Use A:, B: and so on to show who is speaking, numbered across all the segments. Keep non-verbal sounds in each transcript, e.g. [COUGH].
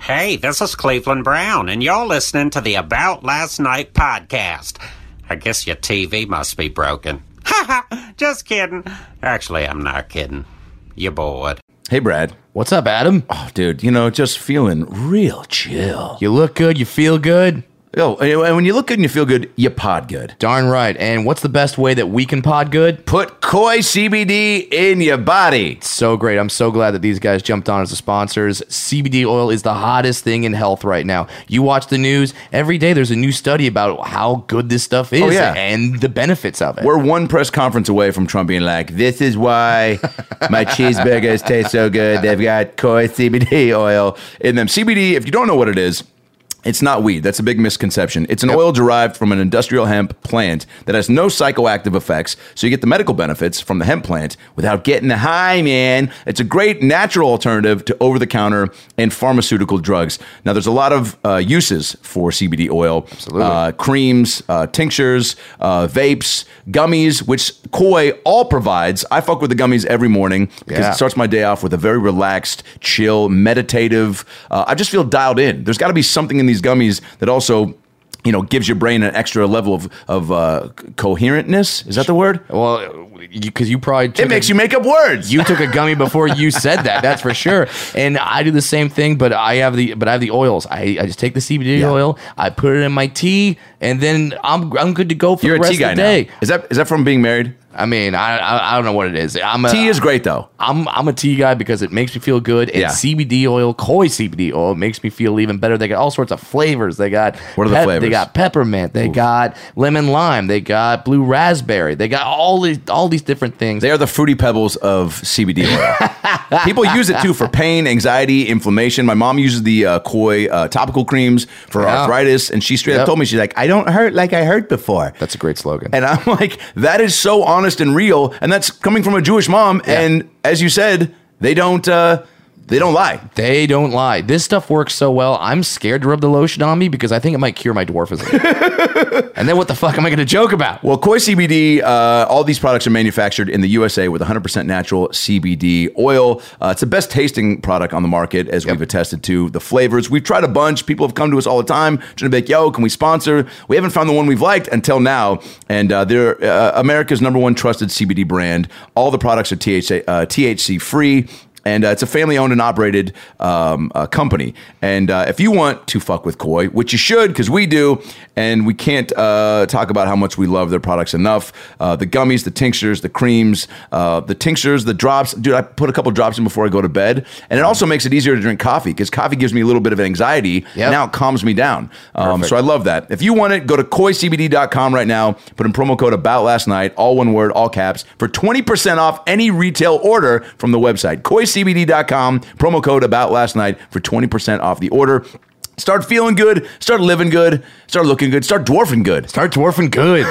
A: Hey, this is Cleveland Brown, and you're listening to the About Last Night podcast. I guess your TV must be broken. [LAUGHS] Ha ha! Just kidding. Actually, I'm not kidding. You're bored.
B: Hey, Brad.
C: What's up, Adam?
B: Oh, dude, you know, just feeling real chill.
C: You look good. You feel good.
B: Oh, and and when you look good and you feel good, you pod good.
C: Darn right. And what's the best way that we can pod good?
B: Put Koi CBD in your body.
C: So great. I'm so glad that these guys jumped on as the sponsors. CBD oil is the hottest thing in health right now. You watch the news every day, there's a new study about how good this stuff is
B: Oh, yeah.
C: and the benefits of it.
B: We're one press conference away from Trump being like, this is why [LAUGHS] my cheeseburgers taste so good. They've got Koi CBD oil in them. CBD, if you don't know what it is, it's not weed. That's a big misconception. It's an oil derived from an industrial hemp plant that has no psychoactive effects, so you get the medical benefits from the hemp plant without getting the high, man. It's a great natural alternative to over the counter and pharmaceutical drugs. Now, there's a lot of uh, uses for CBD oil Absolutely. Uh, creams, uh, tinctures, uh, vapes, gummies, which Koi all provides. I fuck with the gummies every morning because
C: Yeah.
B: it starts my day off with a very relaxed, chill, meditative. Uh, I just feel dialed in. There's got to be something in these gummies that also. You know, gives your brain an extra level of of uh, c- coherentness. Is that the word?
C: well, because you, probably took
B: It makes
C: a-
B: you make up words.
C: You took a gummy before you said that. That's for sure. And I do the same thing, but I have the but I have the oils. I, I just take the CBD
B: Yeah.
C: oil, I put it in my tea, and then I'm I'm good to go for
B: You're
C: the
B: a
C: rest
B: tea guy
C: of the day.
B: now. Is that is that from being married?
C: I mean, I, I I don't know what it is. I'm a,
B: Tea is great though.
C: I'm I'm a tea guy because it makes me feel good. And
B: Yeah.
C: CBD oil, koi CBD oil, makes me feel even better. They got all sorts of flavors. They got
B: What are the
C: They
B: flavors?
C: got peppermint. They got lemon lime. They got blue raspberry. They got all these all these different things.
B: They are the fruity pebbles of CBD
C: [LAUGHS]
B: oil. People use it too for pain, anxiety, inflammation. My mom uses the uh, Koi uh, topical creams for
C: Yeah.
B: arthritis, and she straight
C: Yep.
B: up told me she's like, "I don't hurt like I hurt before."
C: That's a great slogan.
B: and I'm [LAUGHS] like, that is so honest and real, and that's coming from a Jewish mom.
C: Yeah.
B: And as you said, they don't uh, they don't lie.
C: They don't lie. This stuff works so well. I'm scared to rub the lotion on me because I think it might cure my [LAUGHS] dwarfism. and then what the fuck am I going to joke about?
B: Well, Koi CBD, uh, all these products are manufactured in the USA with 100% natural CBD oil. Uh, it's the best tasting product on the market, as we've attested to the flavors. We've tried a bunch. People have come to us all the time trying to be like, yo, can we sponsor? We haven't found the one we've liked until now. And uh, they're uh, America's number one trusted CBD brand. All the products are THC, uh, THC free. And uh, it's a family owned and operated um, uh, company. And uh, if you want to fuck with Koi, which you should, because we do, and we can't uh, talk about how much we love their products enough uh, the gummies, the tinctures, the creams, uh, the tinctures, the drops. Dude, I put a couple drops in before I go to bed. And it also makes it easier to drink coffee because coffee gives me a little bit of anxiety.
C: Yep.
B: Now it calms me down. Um, so I love that. If you want it, go to koicbd.com right now. Put in promo code about last night, all one word, all caps, for 20% off any retail order from the website. koicbd.com, promo code about last night for 20% off the order. Start feeling good, start living good, start looking good, start dwarfing good.
C: Start dwarfing [LAUGHS] good.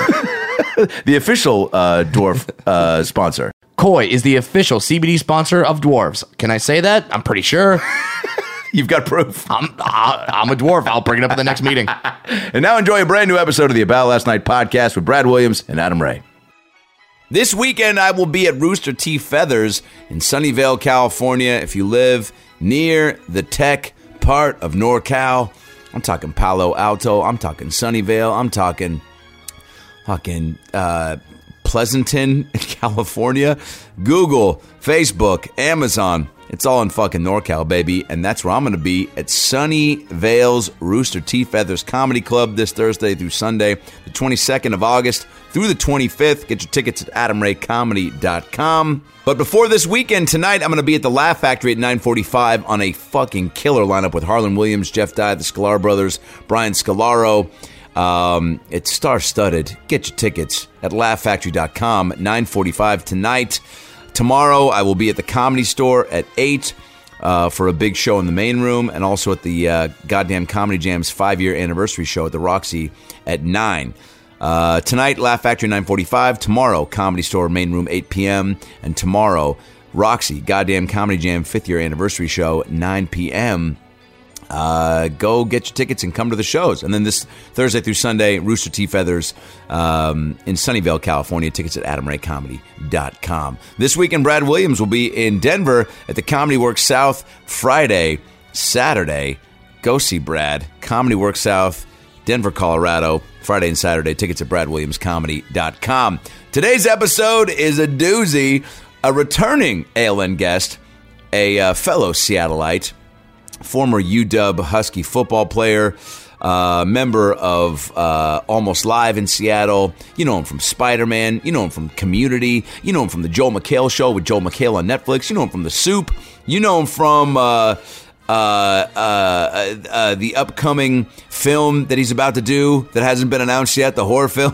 B: The official uh, dwarf [LAUGHS] uh, sponsor.
C: Koi is the official CBD sponsor of dwarves. Can I say that? I'm pretty sure.
B: You've got proof.
C: I'm I, I'm a dwarf. I'll bring it up at the next meeting.
B: And now enjoy a brand new episode of the About Last Night podcast with Brad Williams and Adam Ray. This weekend, I will be at Rooster Tea Feathers in Sunnyvale, California. If you live near the tech part of NorCal, I'm talking Palo Alto, I'm talking Sunnyvale, I'm talking fucking uh, Pleasanton, [LAUGHS] California. Google, Facebook, Amazon. It's all in fucking NorCal, baby. And that's where I'm going to be at Sunnyvale's Rooster Tea Feathers Comedy Club this Thursday through Sunday, the 22nd of August through the 25th. Get your tickets at adamraycomedy.com. But before this weekend, tonight, I'm going to be at the Laugh Factory at 945 on a fucking killer lineup with Harlan Williams, Jeff Dye, the Scalar Brothers, Brian Scalaro. Um, it's star studded. Get your tickets at laughfactory.com 945 tonight. Tomorrow I will be at the comedy store at 8 uh, for a big show in the main room and also at the uh, Goddamn Comedy Jam's five year anniversary show at the Roxy at 9. Uh, tonight, Laugh Factory 945. Tomorrow, Comedy Store, main room, 8 p.m. And tomorrow, Roxy, Goddamn Comedy Jam, fifth year anniversary show, 9 p.m uh, go get your tickets and come to the shows. And then this Thursday through Sunday, Rooster Tea Feathers um, in Sunnyvale, California. Tickets at adamraycomedy.com. This weekend, Brad Williams will be in Denver at the Comedy Works South Friday, Saturday, Go see Brad. Comedy Works South, Denver, Colorado, Friday and Saturday. Tickets at bradwilliamscomedy.com. Today's episode is a doozy. A returning ALN guest, a uh, fellow Seattleite, former UW Husky football player, uh, member of uh, Almost Live in Seattle. You know him from Spider Man. You know him from Community. You know him from The Joel McHale Show with Joel McHale on Netflix. You know him from The Soup. You know him from. Uh, uh, uh, uh, uh, the upcoming film that he's about to do that hasn't been announced yet, the horror [LAUGHS] film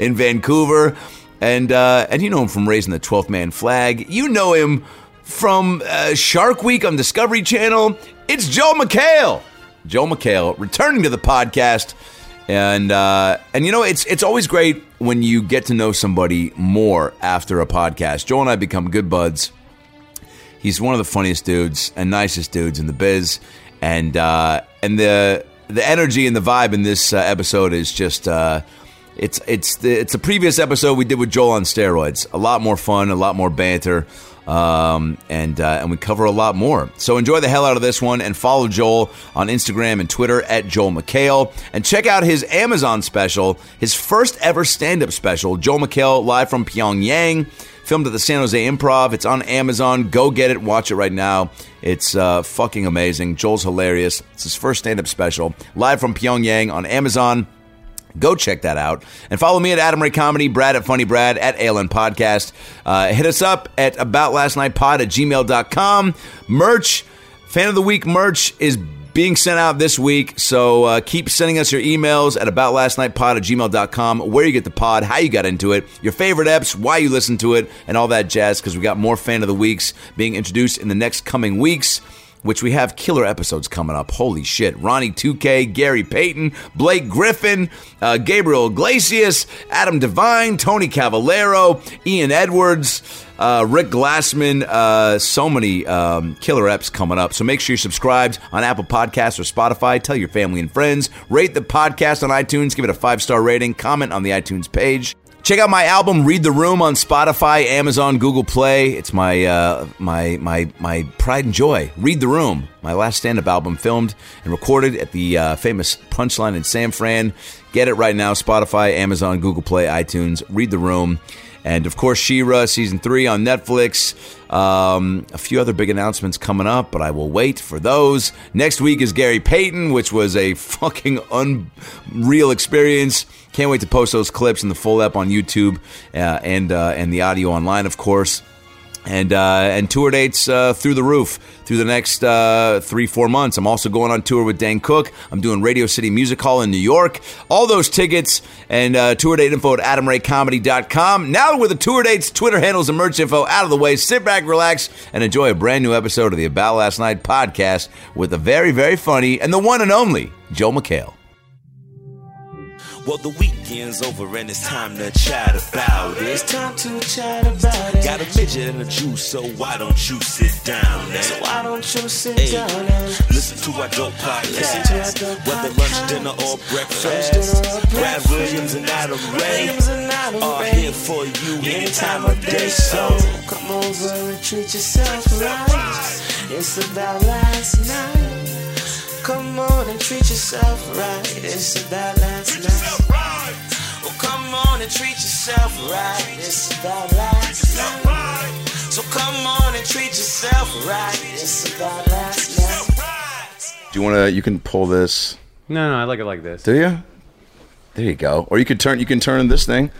B: in Vancouver, and uh, and you know him from raising the twelfth man flag. You know him from uh, Shark Week on Discovery Channel. It's Joe McHale. Joe McHale returning to the podcast, and uh, and you know it's it's always great when you get to know somebody more after a podcast. Joe and I become good buds. He's one of the funniest dudes and nicest dudes in the biz, and uh, and the the energy and the vibe in this uh, episode is just. Uh, it's it's the it's a previous episode we did with Joel on steroids. A lot more fun, a lot more banter, um, and uh, and we cover a lot more. So enjoy the hell out of this one, and follow Joel on Instagram and Twitter at Joel McHale, and check out his Amazon special, his first ever stand up special, Joel McHale live from Pyongyang, filmed at the San Jose Improv. It's on Amazon. Go get it, watch it right now. It's uh, fucking amazing. Joel's hilarious. It's his first stand up special, live from Pyongyang on Amazon. Go check that out. And follow me at Adam Ray Comedy, Brad at Funny Brad, at ALN Podcast. Uh, hit us up at aboutlastnightpod at gmail.com. Merch, fan of the week merch is being sent out this week. So uh, keep sending us your emails at aboutlastnightpod at gmail.com, where you get the pod, how you got into it, your favorite apps, why you listen to it, and all that jazz, because we got more fan of the weeks being introduced in the next coming weeks which we have killer episodes coming up. Holy shit. Ronnie 2K, Gary Payton, Blake Griffin, uh, Gabriel Iglesias, Adam Devine, Tony Cavallero, Ian Edwards, uh, Rick Glassman. Uh, so many um, killer eps coming up. So make sure you're subscribed on Apple Podcasts or Spotify. Tell your family and friends. Rate the podcast on iTunes. Give it a five star rating. Comment on the iTunes page. Check out my album "Read the Room" on Spotify, Amazon, Google Play. It's my uh, my my my pride and joy. "Read the Room," my last stand-up album, filmed and recorded at the uh, famous Punchline in San Fran. Get it right now: Spotify, Amazon, Google Play, iTunes. "Read the Room," and of course, "Shira" season three on Netflix. Um, a few other big announcements coming up, but I will wait for those. Next week is Gary Payton, which was a fucking unreal experience. Can't wait to post those clips in the full app on YouTube uh, and uh, and the audio online, of course. And uh, and tour dates uh, through the roof through the next uh, three four months. I'm also going on tour with Dan Cook. I'm doing Radio City Music Hall in New York. All those tickets and uh, tour date info at AdamRayComedy.com. Now with the tour dates, Twitter handles, and merch info out of the way, sit back, relax, and enjoy a brand new episode of the About Last Night podcast with the very very funny and the one and only Joe McHale.
D: Well, the weekend's over and it's time to chat about it.
E: It's time to chat about it.
D: Got a midget and a Jew, so why don't you sit down and
E: So why don't you sit
D: Hey,
E: down and
D: listen to our dope podcast?
E: to our dope
D: Whether lunch,
E: podcast.
D: dinner, or
E: dinner,
D: breakfast,
E: or
D: Brad
E: breakfast.
D: Williams and Adam Ray
E: Williams and Adam
D: are
E: Ray.
D: here for you any time of day. So
E: come over and treat yourself right. It's about last night. Come on and treat yourself right. It's about last night. Oh, come on and treat yourself right. It's about last night. So come on and treat yourself right. It's about last night.
B: Do you want to? You can pull this.
F: No, no, I like it like this.
B: Do you? There you go. Or you could turn. You can turn this thing.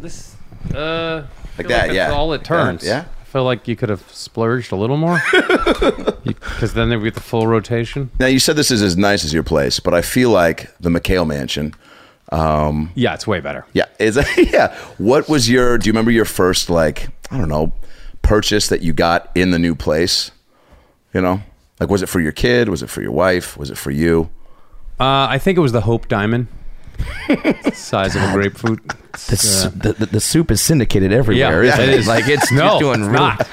F: This, uh, I
B: Like that,
F: feel that's
B: yeah.
F: all
B: Like
F: it
B: that,
F: turns.
B: yeah.
F: I feel like you could have splurged a little more, because then they would get the full rotation.
B: Now you said this is as nice as your place, but I feel like the McHale Mansion.
F: Yeah, it's way better.
B: Yeah, is [LAUGHS] yeah. What was your? Do you remember your first like I don't know purchase that you got in the new place? You know, like was it for your kid? Was it for your wife? Was it for you?
F: Uh, I think it was the Hope Diamond, size of a grapefruit. uh,
C: The, [LAUGHS] s- the, the, the soup is syndicated everywhere.
F: Yeah,
C: isn't
F: it
C: it?
F: is.
C: Like [LAUGHS] it's
F: [LAUGHS] no,
C: just doing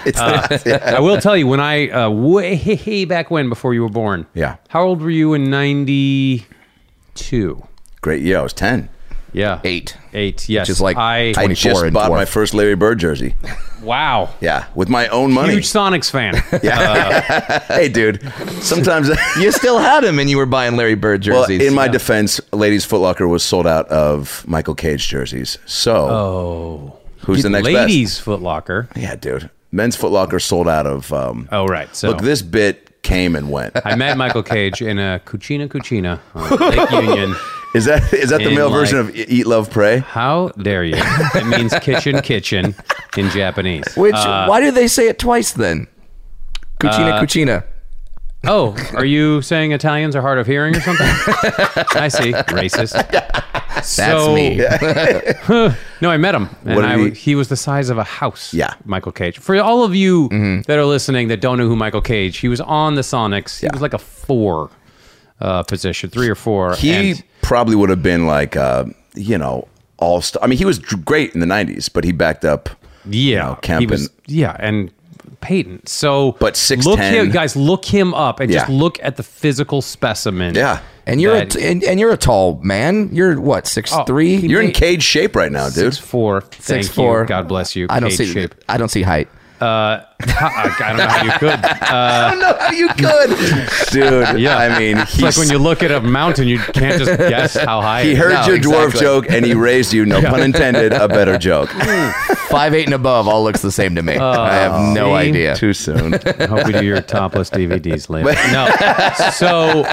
F: it's
C: really-
F: not. Uh, I will tell you when I uh, way back when before you were born.
B: Yeah.
F: How old were you in '92?
B: Great. Yeah, I was ten.
F: Yeah.
C: Eight.
F: Eight. Yes.
C: is like
F: I.
B: I
C: 24
B: just
C: and
B: bought
C: 12.
B: my first Larry Bird jersey.
F: wow.
B: Yeah, with my own money.
F: Huge Uh. Sonics fan.
B: [LAUGHS] hey, dude.
C: [LAUGHS]
B: Sometimes, [LAUGHS]
C: You still had him, and you were buying Larry Bird
B: well,
C: jerseys.
B: in my defense, Ladies Foot Locker was sold out of Michael Cage jerseys. So, who's the next best?
F: Oh. Ladies Foot Locker.
B: Yeah, dude. Men's Foot Locker sold out of. Um,
F: Oh right. So
B: Look, this bit came and went.
F: I met Michael Cage in a Cucina Cucina
B: [LAUGHS]
F: on Lake Union.
B: Is that is that the
F: And
B: male
F: like-
B: version of E- Eat, Love, Pray?
F: How dare you? It means kitchen, kitchen in Japanese. Uh,
C: Which why do they say it twice then? Cucina, cucina.
F: Oh, are you saying Italians are hard of hearing or something? I see.
B: [LAUGHS]
F: Racist. That's [LAUGHS]
C: me.
F: No, I met him, and
B: What did
F: I w
B: he-
F: he, was the size of a house.
B: Yeah. Mm-hmm.
F: Michael Cage. For all of you that are listening that don't know who Michael Cage, he was on the Sonics. He was like a four uh, position, three or four.
B: He
F: and
B: probably would have been like, uh, you know, all star. I mean, he was dr- great in the '90s, but he backed up.
F: yeah,
B: know, Kemp
F: he was,
B: and-
F: yeah, and Peyton. So,
B: But
F: look
B: 6'10".
F: him, guys, look him up and just
B: Yeah.
F: look at the physical specimen.
B: Yeah,
C: And you're a
F: That- Oh,
C: t- and, and you're a tall man. You're what six three?
B: you're in cage shape right now, dude.
F: Six four, thank
C: six four.
F: you. God bless you.
C: I don't
F: Cage
C: see
F: shape. [LAUGHS]
C: I don't see height.
F: I, I don't know how
B: [LAUGHS]
F: you could. Uh,
B: I don't know how you [LAUGHS] could, dude.
F: [LAUGHS] Yeah.
B: I mean,
F: it's
B: he's,
F: like when you look at a mountain, you can't just guess how high.
B: he
F: it is.
B: heard
C: No,
B: your dwarf
C: exactly.
B: joke and he raised you,
F: [LAUGHS]
B: no pun intended, a better joke.
C: Five eight and above all looks the same to me. I have no
F: see?
C: idea.
B: Too
F: [LAUGHS]
B: soon.
F: I hope we do your topless DVDs later. No. So,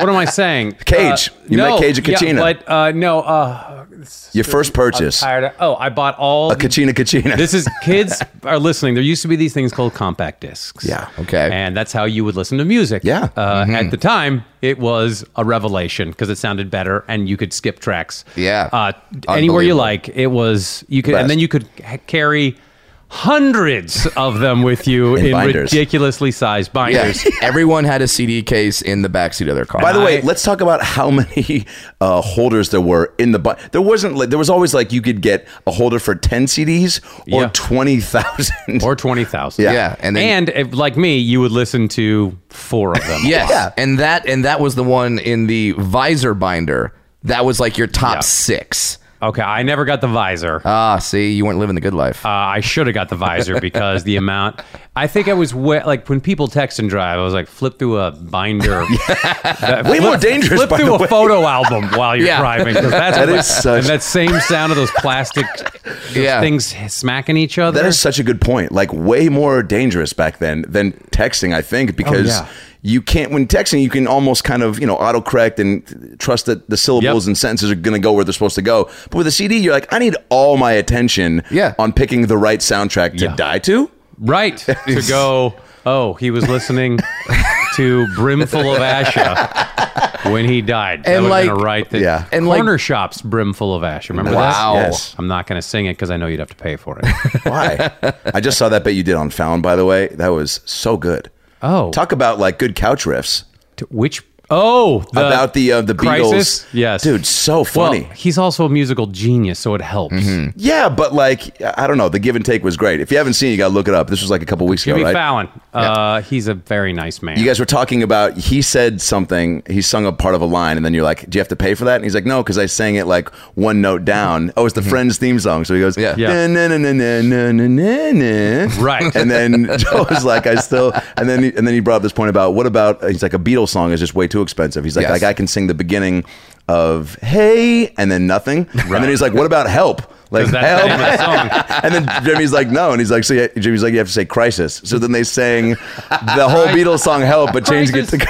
F: what am I saying?
B: [LAUGHS] Cage.
F: Uh,
B: You met
F: no,
B: Cage at
F: yeah,
B: Kachina.
F: but uh, no. Uh,
B: Your first purchase, a
F: tired of- oh, I bought all. the-
B: kachina kachina.
F: this is kids are listening. There used to be these things called compact discs.
B: Yeah.
C: Okay.
F: And that's how you would listen to music.
B: Yeah.
F: Uh,
C: Mm-hmm.
F: At the time, it was a revelation because it sounded better and you could skip tracks.
C: Yeah.
F: Uh, anywhere you
C: Unbelievable.
F: like. It was you could,
B: Best.
F: and then you could ha- carry hundreds of them
C: [LAUGHS]
F: with you
B: In
F: in,
B: binders.
F: ridiculously sized
C: yeah.
F: binders.
C: Everyone had a CD case in the backseat of their car.
B: By the way,
F: I-
B: let's talk about how [LAUGHS] many uh, holders there were in the bu- there wasn't like there was always like you could get a holder for ten CDs or
F: Yeah.
B: twenty thousand.
F: Or twenty thousand.
C: yeah. and then
F: And if, like me, you would listen to four of them.
C: [LAUGHS] Yes.
B: Yeah.
C: And that and that was the one in the visor binder. That was like your top six.
F: Okay, I never got the visor.
C: Ah, see, you weren't living the good life.
F: Uh, I should have got the visor because the amount. I think I was we- like when people text and drive, I was like flip through
C: [LAUGHS]
F: a binder. That-
B: [LAUGHS] Way
F: flip-
B: more dangerous,
F: Flip
B: by
F: through
B: the
F: a
B: way.
F: photo album while you're
C: Yeah.
F: driving because that's
B: That
F: what-
B: is such-
F: and that same sound of those plastic
C: yeah.
F: things smacking each other.
B: That is such a good point. Like way more dangerous back then than texting, I think, because
F: Oh, yeah.
B: you can't when texting you can almost kind of, you know, autocorrect and trust that the syllables
F: Yep.
B: and sentences are gonna go where they're supposed to go. But with a CD, you're like, I need all my attention
C: Yeah.
B: on picking the right soundtrack to
F: Yeah.
B: die to. [LAUGHS]
F: right to go. Oh, he was listening to Brimful of Asha when he died. That
C: And,
F: would have been
C: like-
F: a right thing.
B: Yeah.
C: and, like-
F: Corner Shop's Brimful of Ash. Remember that?
C: Wow.
B: Yes.
F: I'm not going to sing it because I know you'd have to pay for
B: [LAUGHS]
F: it.
B: Why? I just saw that bit you did on Fallon, by the way. That was so good.
F: Oh,
B: Talk about like good couch riffs
F: t- which oh the
B: about the uh, the
F: Crisis?
B: Beatles.
F: Yes,
B: dude, so funny. Mm-hmm.
F: Well, he's also a musical genius, so it helps.
B: yeah, but like I don't know, the give and take was great. If you haven't seen, it, you got to look it up. This was like a couple weeks ago,
F: Jimmy
B: right?
F: Fallon, uh, he's a very nice man.
B: You guys were talking about he said something, he sung a part of a line, and then you're like, "Do you have to pay for that?" And he's like, "No, because I sang it like one note down." Oh, it's the Friends theme song, so he goes,
C: Yeah.
F: Yeah.
B: "Na, na, na, na, na, na, na, na."
F: Right.
B: And then Joe was like, "I still," and then he, and then he brought up this point about what about? He's like, "A Beatles song is just way too expensive." He's like,
C: Yes.
B: "Like I can sing the beginning of Hey and then nothing," and then he's like, "What about Help?" Like
F: 'Cause that's the
B: [LAUGHS]
F: name of the song.
B: and then Jimmy's like, no. And he's like, so yeah, Jimmy's like, you have to say crisis. So then they sang the whole Beatles song help, but changing it to.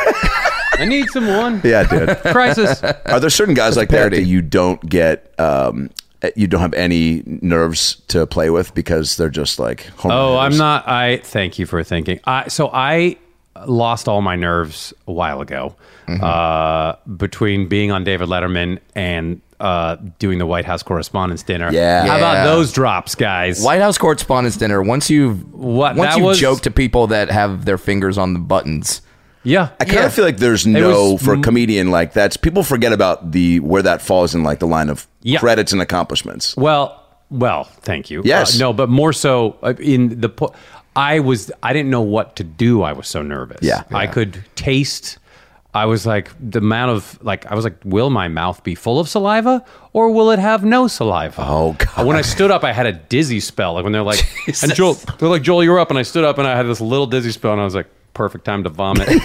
F: I need someone.
B: [LAUGHS] yeah, dude.
F: Crisis.
B: [LAUGHS] Are there certain guys like that
C: parody.
B: that you don't get, um, you don't have any nerves to play with because they're just like home
F: Oh, I'm
B: runners?
F: not. I thank you for thinking. I, so I lost all my nerves a while ago
B: Mm-hmm.
F: uh, between being on David Letterman and uh, doing the White House Correspondents' Dinner.
B: Yeah.
C: Yeah.
F: How about those drops, guys?
C: White House Correspondents' Dinner. Once you've
F: What-
C: once
F: that
C: you
F: was-
C: joke to people that have their fingers on the buttons.
F: Yeah.
B: I kind
C: Yeah.
B: of feel like there's no
F: was-
B: for a comedian like that's people forget about the where that falls in like the line of
F: Yeah.
B: credits and accomplishments.
F: Well, well, thank you.
B: Yes.
F: Uh, no, but more so uh, in the po- I was I didn't know what to do. I was so nervous.
B: Yeah.
F: I could taste I was like, the amount of like, I was like, will my mouth be full of saliva or will it have no saliva?
B: Oh, God.
F: When I stood up, I had a dizzy spell. Like when
B: [LAUGHS]
F: they're like, and Joel, they're like, Joel, you're up, and I stood up and I had this little dizzy spell, and I was like, perfect time to vomit.
B: [LAUGHS]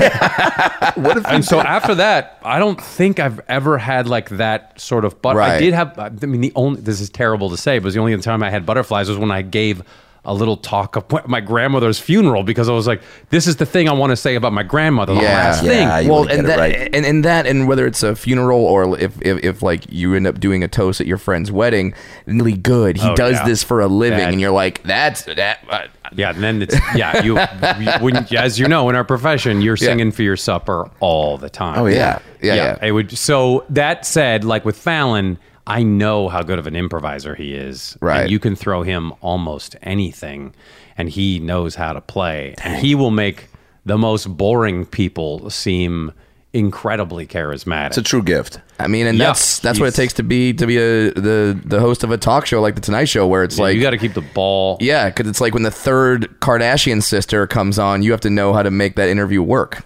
B: What if
F: and so after that, I don't think I've ever had like that sort of. But I
B: Right.
F: did have. I mean, the only this is terrible to say, but it was the only time I had butterflies was when I gave a little talk at my grandmother's funeral because I was like, "This is the thing I want to say about my grandmother." The
C: Yeah.
F: last thing.
B: Yeah, you
C: well,
B: wanna get
C: and
B: it
C: that,
B: right.
C: and and that, and whether it's a funeral or if, if if like you end up doing a toast at your friend's wedding, really good. He
F: Oh,
C: does
F: yeah.
C: this for a living,
F: That-
C: and you're like, that's that. Uh,
F: Yeah, and then it's yeah. You, you when, as you know, in our profession, you're
C: Yeah.
F: singing for your supper all the time.
B: Oh, yeah.
C: yeah, yeah.
F: It would. So that said, like with Fallon, I know how good of an improviser he is. And
C: Right.
F: you can throw him almost anything, and he knows how to play. And he will make the most boring people seem incredibly charismatic.
B: it's a true gift?
C: I mean, and
F: Yeah.
C: that's that's what it takes
F: He's-
C: to be to be a, the the host of a talk show like the Tonight Show, where it's like
F: you got to keep the ball.
C: yeah, because it's like when the third Kardashian sister comes on, you have to know how to make that interview work.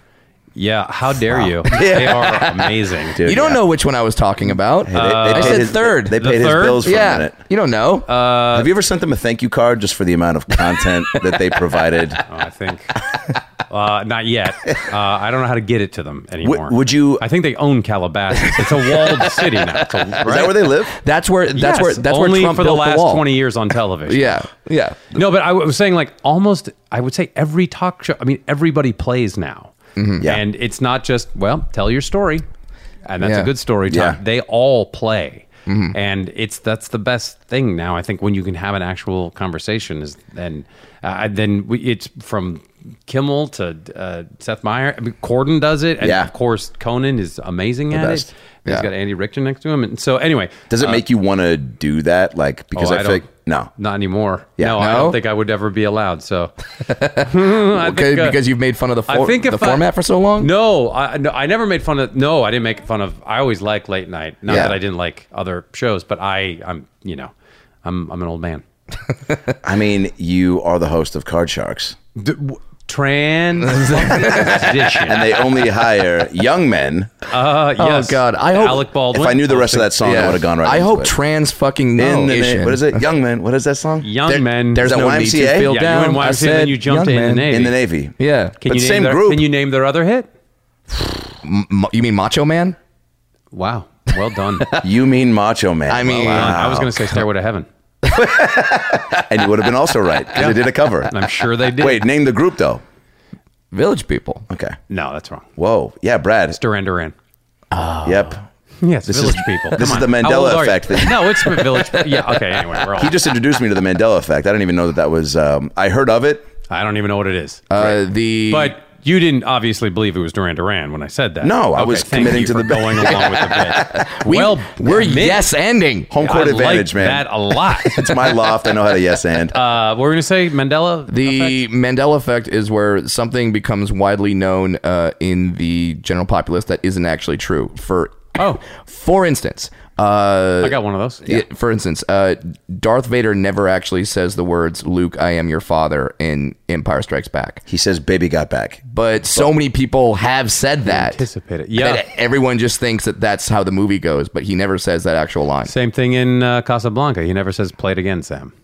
F: Yeah. How dare
C: [LAUGHS]
F: you? They are amazing.
B: Dude,
C: you don't
B: yeah.
C: know which one I was talking about.
B: They- they
C: I
B: paid
C: said
B: his-
C: third.
B: They
F: Uh, The
B: paid his
F: third?
B: bills for a
C: yeah,
B: minute.
C: you don't know.
F: Uh,
B: Have you ever sent them a thank you card just for the amount of
F: [LAUGHS]
B: content that they provided?
F: Oh, I think. [LAUGHS] Uh, not yet. Uh, I don't know how to get it to them anymore.
B: would you-
F: I think they own Calabasas. It's a walled city now. It's a-
B: Is that where they
F: [LAUGHS]
B: live?
C: that's where [LAUGHS] that's
F: Yes,
C: where that's
F: only
C: where Trump
F: for the
C: built
F: last
C: wall.
F: twenty years on television.
C: Yeah, yeah.
F: No, but I was saying like almost. I would say every talk show. I mean, everybody plays now,
B: Mm-hmm. Yeah.
F: and it's not just well, tell your story, and that's
C: Yeah.
F: a good story time.
B: Yeah. Mm-hmm.
F: They all play. And it's that's the best thing now. I think when you can have an actual conversation is and uh, then we, it's from Kimmel to uh, Seth Meyer. I mean, Corden does it, and
B: Yeah.
F: of course Conan is amazing at
B: best.
F: it. He's
C: Yeah.
F: got Andy Richter next to him, and so anyway,
B: Does it make you want to do that? Like because
F: Uh, Oh,
B: I,
F: I
B: feel like
F: don't-
B: no.
F: Not anymore.
B: Yeah.
F: no, I
C: No?
F: don't think I would ever be allowed. So, I
C: Okay,
F: think, uh,
C: because you've made fun of the, for-
F: I think
C: the
F: if I-
C: format for so long.
F: No, I no, I never made fun of. No, I didn't make fun of. I always liked late night. Not
C: Yeah.
F: that I didn't like other shows, but I, I'm, you know, I'm, I'm an old man.
B: I mean, you are the host of Card Sharks,
F: D- w-
B: [LAUGHS]
F: Transition. [LAUGHS]
B: and they only hire young men.
F: Uh, yes.
C: God, I hope-
F: Alec Baldwin.
B: If Oh, I knew the rest of that song, I
C: Yeah.
B: would have gone right.
C: I
B: into
C: hope
B: it.
C: trans fucking
B: in the
C: nation.
B: nation. What is it? Young men. What is that song?
F: Oh, young
C: There-
F: men.
C: There's
B: Is that
C: no need
B: YMCA?
C: to feel
B: Yeah,
F: you
C: down.
F: went
C: I
F: YMCA,
C: said
F: then you jumped
C: young
F: in the
C: man.
F: Navy.
B: In the Navy.
C: Yeah.
F: Can
B: but
F: you name
B: same
F: their,
B: group.
F: Can you name their
B: [LAUGHS]
F: other hit?
C: M- you mean Macho Man?
F: Wow.
B: [LAUGHS]
F: Well done.
B: You mean Macho Man?
C: I mean-
F: I was going to say Stairway to Heaven.
B: and you would have been also right
F: [LAUGHS]
B: because they did a cover.
F: I'm sure they did.
B: Wait, name the group though.
C: Village people.
B: Okay.
F: No, that's wrong.
B: Whoa. Yeah, Brad.
F: Duran Duran.
B: Yep.
F: Yes, village
B: is-
F: people.
B: this
F: Come
B: is the
F: on. How
B: Mandela
F: old are you?
B: effect that-
F: no, it's village. Yeah. Okay. Anyway, we're all.
B: [LAUGHS] He just introduced me to the Mandela effect. I didn't even know that that was. Um, I heard of it.
F: I don't even know what it is.
C: Uh, the
F: but you didn't obviously believe it was Duran Duran when I said that.
B: No, I
F: Okay,
B: was
F: thank
B: committing
F: you
B: to
F: for
B: the bit.
F: going along with the
B: [LAUGHS]
F: bit.
C: we,
F: well,
C: we're
F: admit-
C: yes ending.
B: Home court
F: I
B: advantage,
F: like
B: man.
F: That a
B: [LAUGHS]
F: lot.
B: It's my loft. I know how to yes and.
F: Uh, we're gonna say Mandela.
C: The Mandela effect is where something becomes widely known uh, in the general populace that isn't actually true. For
F: Oh.
C: [LAUGHS] for instance, uh,
F: I got one of those.
C: Yeah, for instance, uh, Darth Vader never actually says the words "Luke, I am your father" in Empire Strikes Back,
B: he says, "Baby got back."
C: but so many people have said that.
F: Anticipate it. Yeah.
C: that everyone just thinks that that's how the movie goes, but he never says that actual line.
F: Same thing in uh, Casablanca. He never says "play it again, Sam."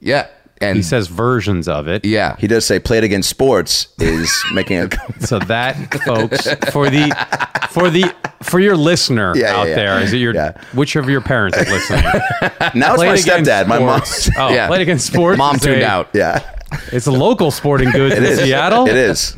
C: Yeah, and
F: He
B: Mm.
F: says versions of it.
C: yeah,
B: He does say, "Played against sports is making a." [LAUGHS]
F: So that, folks, for the for the for your listener
B: [LAUGHS] Yeah, yeah,
F: out
B: yeah.
F: there, is it your
B: Yeah.
F: which of your parents is listening?
B: Now it's my
F: Played against
B: stepdad. My mom. [LAUGHS]
F: sports. Oh,
C: Yeah.
F: yeah. played against sports.
C: mom
F: is a-
C: tuned out.
B: Yeah,
F: It's a local sporting
B: [LAUGHS]
F: goods in
B: it is.
F: Seattle.
B: It is.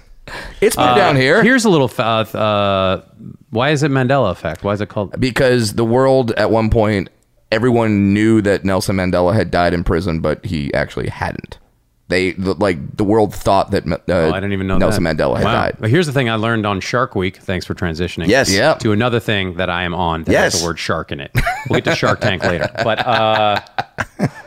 C: It's been down here
F: Here's a little. fa- Uh, uh, why is it Mandela effect? Why is it called?
C: because the world at one point everyone knew that Nelson Mandela had died in prison, but he actually hadn't. They the, like the world thought that uh,
F: Oh, I didn't even know
C: Nelson
F: that.
C: Mandela had
F: Wow.
C: died.
F: But here's the thing I learned on Shark Week. Thanks for transitioning.
B: Yes.
C: Yeah.
F: To another thing that I am on that
B: Yes.
F: has the word shark in it. We'll get to Shark
B: [LAUGHS]
F: Tank later. But uh,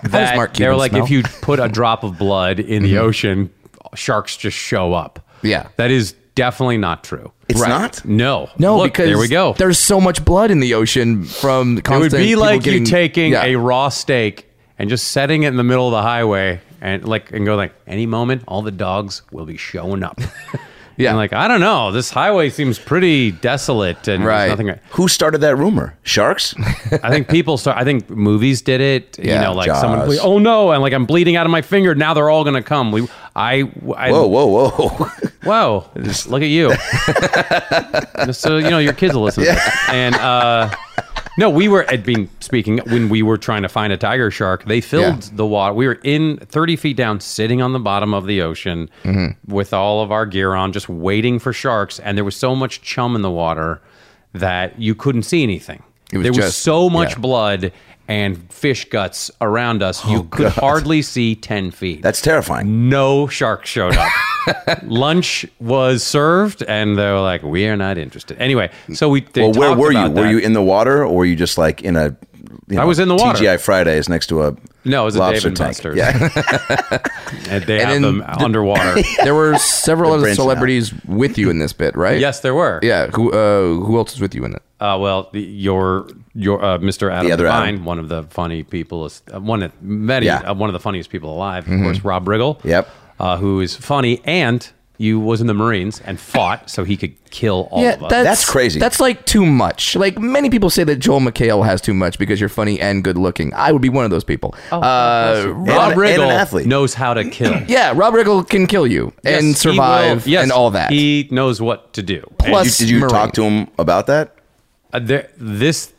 F: that,
C: Mark
F: they were
C: Cuban
F: like,
C: smell?
F: if you put a drop of blood
B: Mm-hmm.
F: in the ocean, sharks just show up.
C: Yeah.
F: That is definitely not true.
B: It's not.
F: No.
C: No,
F: Look,
C: because
F: there we go.
C: There's so much blood in the ocean from
F: It
C: constant
F: would be
C: people
F: like
C: getting-
F: you taking
C: yeah.
F: a raw steak and just setting it in the middle of the highway and like and go like any moment all the dogs will be showing up.
C: [LAUGHS] Yeah.
F: And like, I don't know. This highway seems pretty desolate and there's
C: Right.
F: nothing.
B: Who started that rumor? Sharks?
F: I think people start. I think movies did it.
B: Yeah,
F: you know, like someone.
B: Jaws.
F: Oh no! And like I'm bleeding out of my finger. Now they're all gonna come. We. I. I
B: Whoa, whoa, whoa. [LAUGHS]
F: Whoa! look
C: [LAUGHS]
F: at you. Just so you know, your kids will listen. To this. And uh, no, we were. I mean, speaking when we were trying to find a tiger shark, they filled
C: Yeah.
F: the water. We were in thirty feet down, sitting on the bottom of the ocean
C: Mm-hmm.
F: with all of our gear on, just waiting for sharks. And there was so much chum in the water that you couldn't see anything.
C: was
F: there was
C: just-
F: so much
C: yeah. Oh,
F: blood and fish guts around us. you could hardly see ten feet
B: That's terrifying.
F: no shark showed up.
B: [LAUGHS]
F: Lunch was served, and they were like, "We are not interested." Anyway, so we. They
B: Well, where
F: talked
B: were you?
F: about
B: Were
F: that.
B: you in the water or were you just like in a? You know,
F: I was in the water.
B: TGI Fridays next to a
F: No, it was a Dave
B: lobster
F: and
B: tank.
F: Buster's. [LAUGHS]
B: Yeah,
F: And they have
C: in
F: them
B: [LAUGHS]
F: underwater.
C: There [LAUGHS] were several other
B: branch out.
C: celebrities with you in this bit, right?
F: yes, there were.
C: Yeah. Who uh, Who else is with you in it?
F: Uh, well, the- your your uh, Mr. Adam
B: other
F: Devine,
B: Adam.
F: one of the funny people, is uh, one of many,
B: Yeah. Mm-hmm.
F: uh, one of the funniest people alive. Of course, Rob Riggle.
B: Yep.
F: Uh, who is funny and you was in the Marines and fought, so he could kill all
C: Yeah,
F: of us.
C: that's,
B: That's crazy.
C: That's like too much. Like many people say that Joel McHale has too much because you're funny and good looking. I would be one of those people.
F: Oh,
C: uh,
F: Rob
B: And an-
F: Riggle
B: and an athlete.
F: knows how to kill.
C: yeah, Rob Riggle can kill you
F: Yes, he
C: and survive
F: will- yes,
C: and all that.
F: He knows what to do. And,
C: Plus-
B: you, did you
C: Marine.
B: talk to him about that?
F: uh, there, this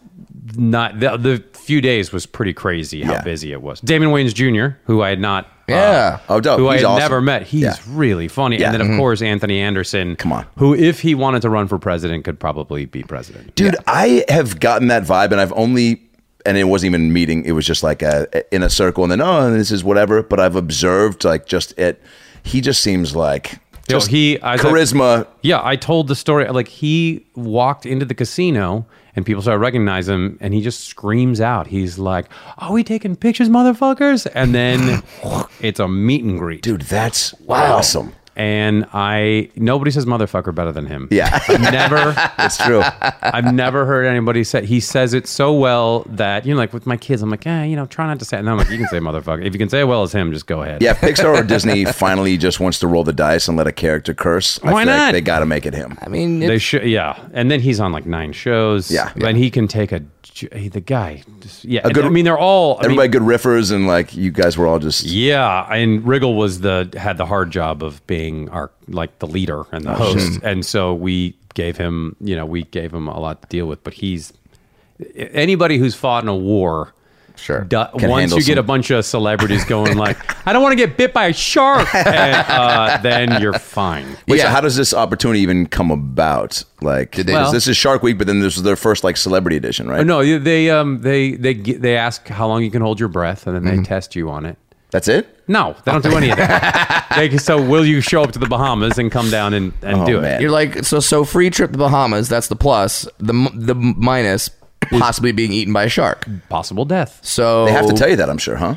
F: not the, the few days was pretty crazy how
B: Yeah.
F: busy it was. Damon Wayans Jr., who I had not, uh,
C: yeah.
B: Oh, dope.
F: who I
B: He's
F: had
B: awesome.
F: never met, he's
B: Yeah.
F: really funny.
B: Yeah. Mm-hmm.
F: And then of course Anthony Anderson,
B: Come on.
F: who if he wanted to run for president could probably be president.
B: Dude, I have gotten that vibe, and I've only, and it wasn't even meeting. It was just like a in a circle, and then oh, and this is whatever. But I've observed like just it. He just seems like
F: Yo,
B: just
F: he- I-
B: charisma.
F: Yeah, I told the story. Like he walked into the casino and people started recognizing him, and he just screams out. He's like, "Are we taking pictures, motherfuckers?" And
B: [LAUGHS]
F: then it's a meet and greet.
B: Dude, that's awesome.
F: and I nobody says motherfucker better than him.
B: Yeah.
F: I've never
B: It's
F: [LAUGHS]
B: true.
F: I've never heard anybody say he says it so well that you know, like with my kids, I'm like, eh, you know, try not to say it. And I'm like, you can say motherfucker. If you can say it well as him, just go ahead.
B: Yeah, Pixar or Disney finally just wants to roll the dice and let a character curse. I
F: Why
B: feel
F: not?
B: Like they got to make it him.
C: I mean,
F: They
C: it,
F: should, yeah, and then he's on like nine shows.
B: Yeah.
F: and he can take a j- he, the guy. Just, yeah, and
B: good-
F: I mean they're all I mean,
B: Everybody good riffers and like you guys were all just
F: Yeah, and Riggle was the had the hard job of being our like the leader and
B: Oh,
F: the host, and so we gave him, you know, we gave him a lot to deal with. But he's anybody who's fought in a war.
C: sure.
F: do-
B: Can
F: once
B: handle
F: you get
B: some-
F: a bunch of celebrities
B: [LAUGHS]
F: going like, "I don't want to get bit by a shark," and, uh, then you're fine.
B: Wait, so
C: Yeah.
B: how does this opportunity even come about? Like,
C: they-
B: 'cause
F: Well-
B: this is Shark Week, but then this was their first like celebrity edition, right?
F: No, they um they they g- they ask how long you can hold your breath, and then
B: Mm-hmm.
F: they test you on it.
B: That's it.
F: No, they don't do any
B: [LAUGHS]
F: of that. They, so will you show up to the Bahamas and come down and, and do it?
B: Oh, man.
C: You're like so so free trip to Bahamas. That's the plus. The m- the minus possibly being eaten by a shark.
F: Possible death.
C: So
B: They have
F: Oh.
B: to tell you that, I'm sure, huh?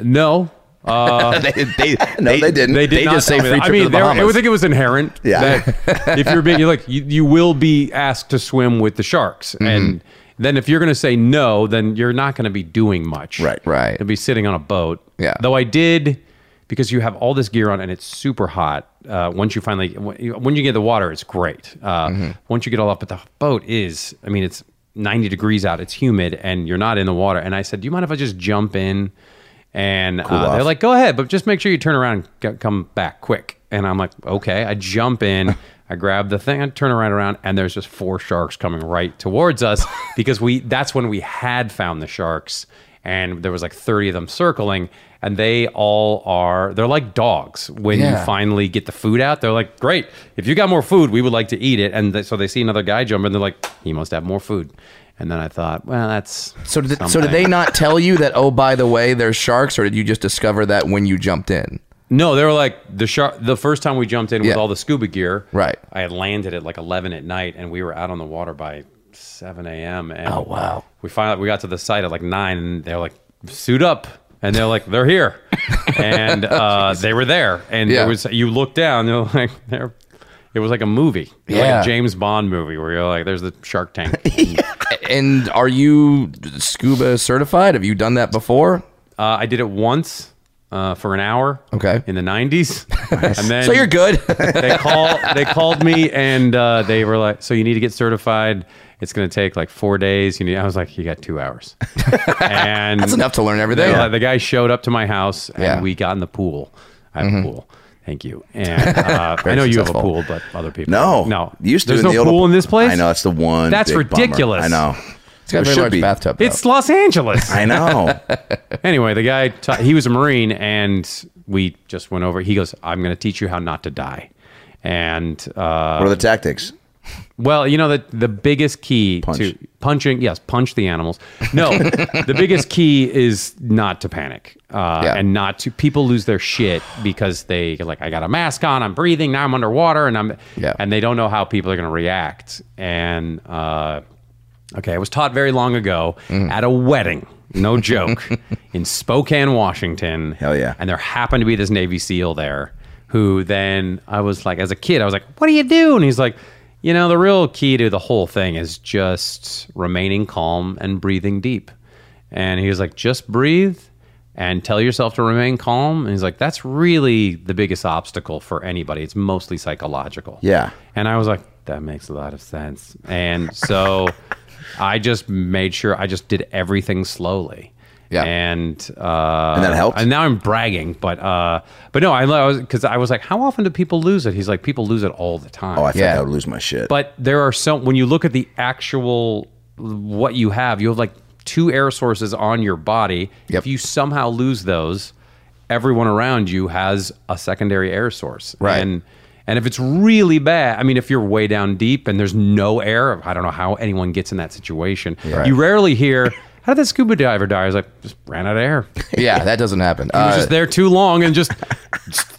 F: No.
B: they, [LAUGHS] they, no, they, didn't.
F: They did not
C: just say
F: tell me
C: free
F: that.
C: trip
F: I
C: to
F: mean,
C: the
F: they were- I
C: Bahamas.
F: think it was inherent.
B: Yeah.
F: That if you're being, you're like, you, you will be asked to swim with the sharks. And then if you're going to say no, then you're not going to be doing much.
B: Right.
C: Right.
F: You'll be sitting on a boat.
C: Yeah.
F: Though I did, because you have all this gear on and it's super hot. Uh, once you finally, when you- when you get in the water, it's great. Uh,
C: Mm-hmm.
F: Once you get all up, but the boat is, I mean, it's 90 degrees out, it's humid, and you're not in the water. And I said, Do you mind if I just jump in? And uh, they're
B: off.
F: like, go ahead, but just make sure you turn around and c- come back quick. And I'm like, okay. I
C: [LAUGHS]
F: jump in, I grab the thing, I turn around around, and there's just four sharks coming right towards us because we that's when we had found the sharks, and there was like 30 of them circling, and they all are they're like dogs. When
C: Yeah.
F: you finally get the food out, they're like, great. If you got more food, we would like to eat it. And th- so they see another guy jump, and they're like, he must have more food. And then I thought, well, that's
C: So did, so
F: something.
C: did they not tell you that? Oh, by the way, there's sharks, or did you just discover that when you jumped in?
F: No, they were like the shark. The first time we jumped in
C: Yeah.
F: with all the scuba gear,
C: Right.
F: I had landed at like eleven at night, and we were out on the water by seven a.m. And
C: Oh, wow.
F: we finally we got to the site at like nine, and they're like, "Suit up," and they're like, "They're here," and uh, they were there, and
C: Yeah.
F: it was you look down, they're like, they're. It was like a movie,
C: Yeah.
F: like a James Bond movie, where you're like, "There's the
C: [LAUGHS]
F: Shark Tank."
C: And are you scuba certified? Have you done that before?
F: Uh, I did it once. uh, for an hour.
C: Okay.
F: In
C: [LAUGHS]
F: the nineties, and then
B: So you're
F: [LAUGHS]
B: good.
F: they call they called me and uh, they were like, "So you need to get certified. It's going to take like four days." You need. I was like, "You got
C: [LAUGHS]
F: two hours." and
C: That's enough to learn everything.
F: the, the guy showed up to my house and
C: Yeah.
F: we got in the pool. I
B: Mm-hmm.
F: have a pool. Thank you.
B: [LAUGHS]
F: And uh, I know you have a
C: successful.
F: pool, but other people
B: no,
F: no.
B: You used to
F: There's
B: in
F: no
B: the old-
F: pool in this place.
B: I know it's the one.
F: That's
B: big bummer.
F: ridiculous.
B: I know.
C: It's got
B: There
C: a very
B: should
C: large
B: be.
C: bathtub. though.
F: It's Los Angeles.
B: I [LAUGHS] know.
F: [LAUGHS] anyway, the guy ta- he was a marine, and we just went over. He goes, "I'm going to teach you how not to die." And uh,
B: what are the tactics?
F: well, you know the the biggest key
B: Punch.
F: to punching, yes, punch the animals.
C: [LAUGHS]
F: No, the biggest key is not to panic uh,
C: Yeah.
F: and not to people lose their shit because they like I got a mask on, I'm breathing, now I'm underwater, and I'm
C: Yeah.
F: and they don't know how people are going to react. And uh, okay, I was taught very long ago
B: Mm.
F: at a wedding.
B: [LAUGHS]
F: No joke, in Spokane, Washington.
B: Hell yeah.
F: And there happened to be this Navy SEAL there who then I was like, as a kid, I was like, what do you do? And he's like, you know, the real key to the whole thing is just remaining calm and breathing deep. And he was like, just breathe and tell yourself to remain calm. And he's like, that's really the biggest obstacle for anybody. It's mostly psychological.
B: Yeah.
F: And I was like, that makes a lot of sense.
B: [LAUGHS]
F: And so I just made sure I just did everything slowly.
C: Yeah.
F: And uh,
B: And that helped?
F: And now I'm bragging, but uh, but no, I, I was because I was like, how often do people lose it? He's like, people lose it all the time.
B: Oh, I think
C: Yeah.
B: I would lose my shit.
F: but there are so when you look at the actual what you have, you have like two air sources on your body.
C: Yep.
F: If you somehow lose those, everyone around you has a secondary air source.
C: Right.
F: And and if it's really bad, I mean, if you're way down deep and there's no air, I don't know how anyone gets in that situation.
C: Right.
F: You rarely hear, "How did that scuba diver die?" I was like, "Just ran out of air."
C: yeah, that doesn't happen.
F: It was
C: Uh,
F: just there too long and just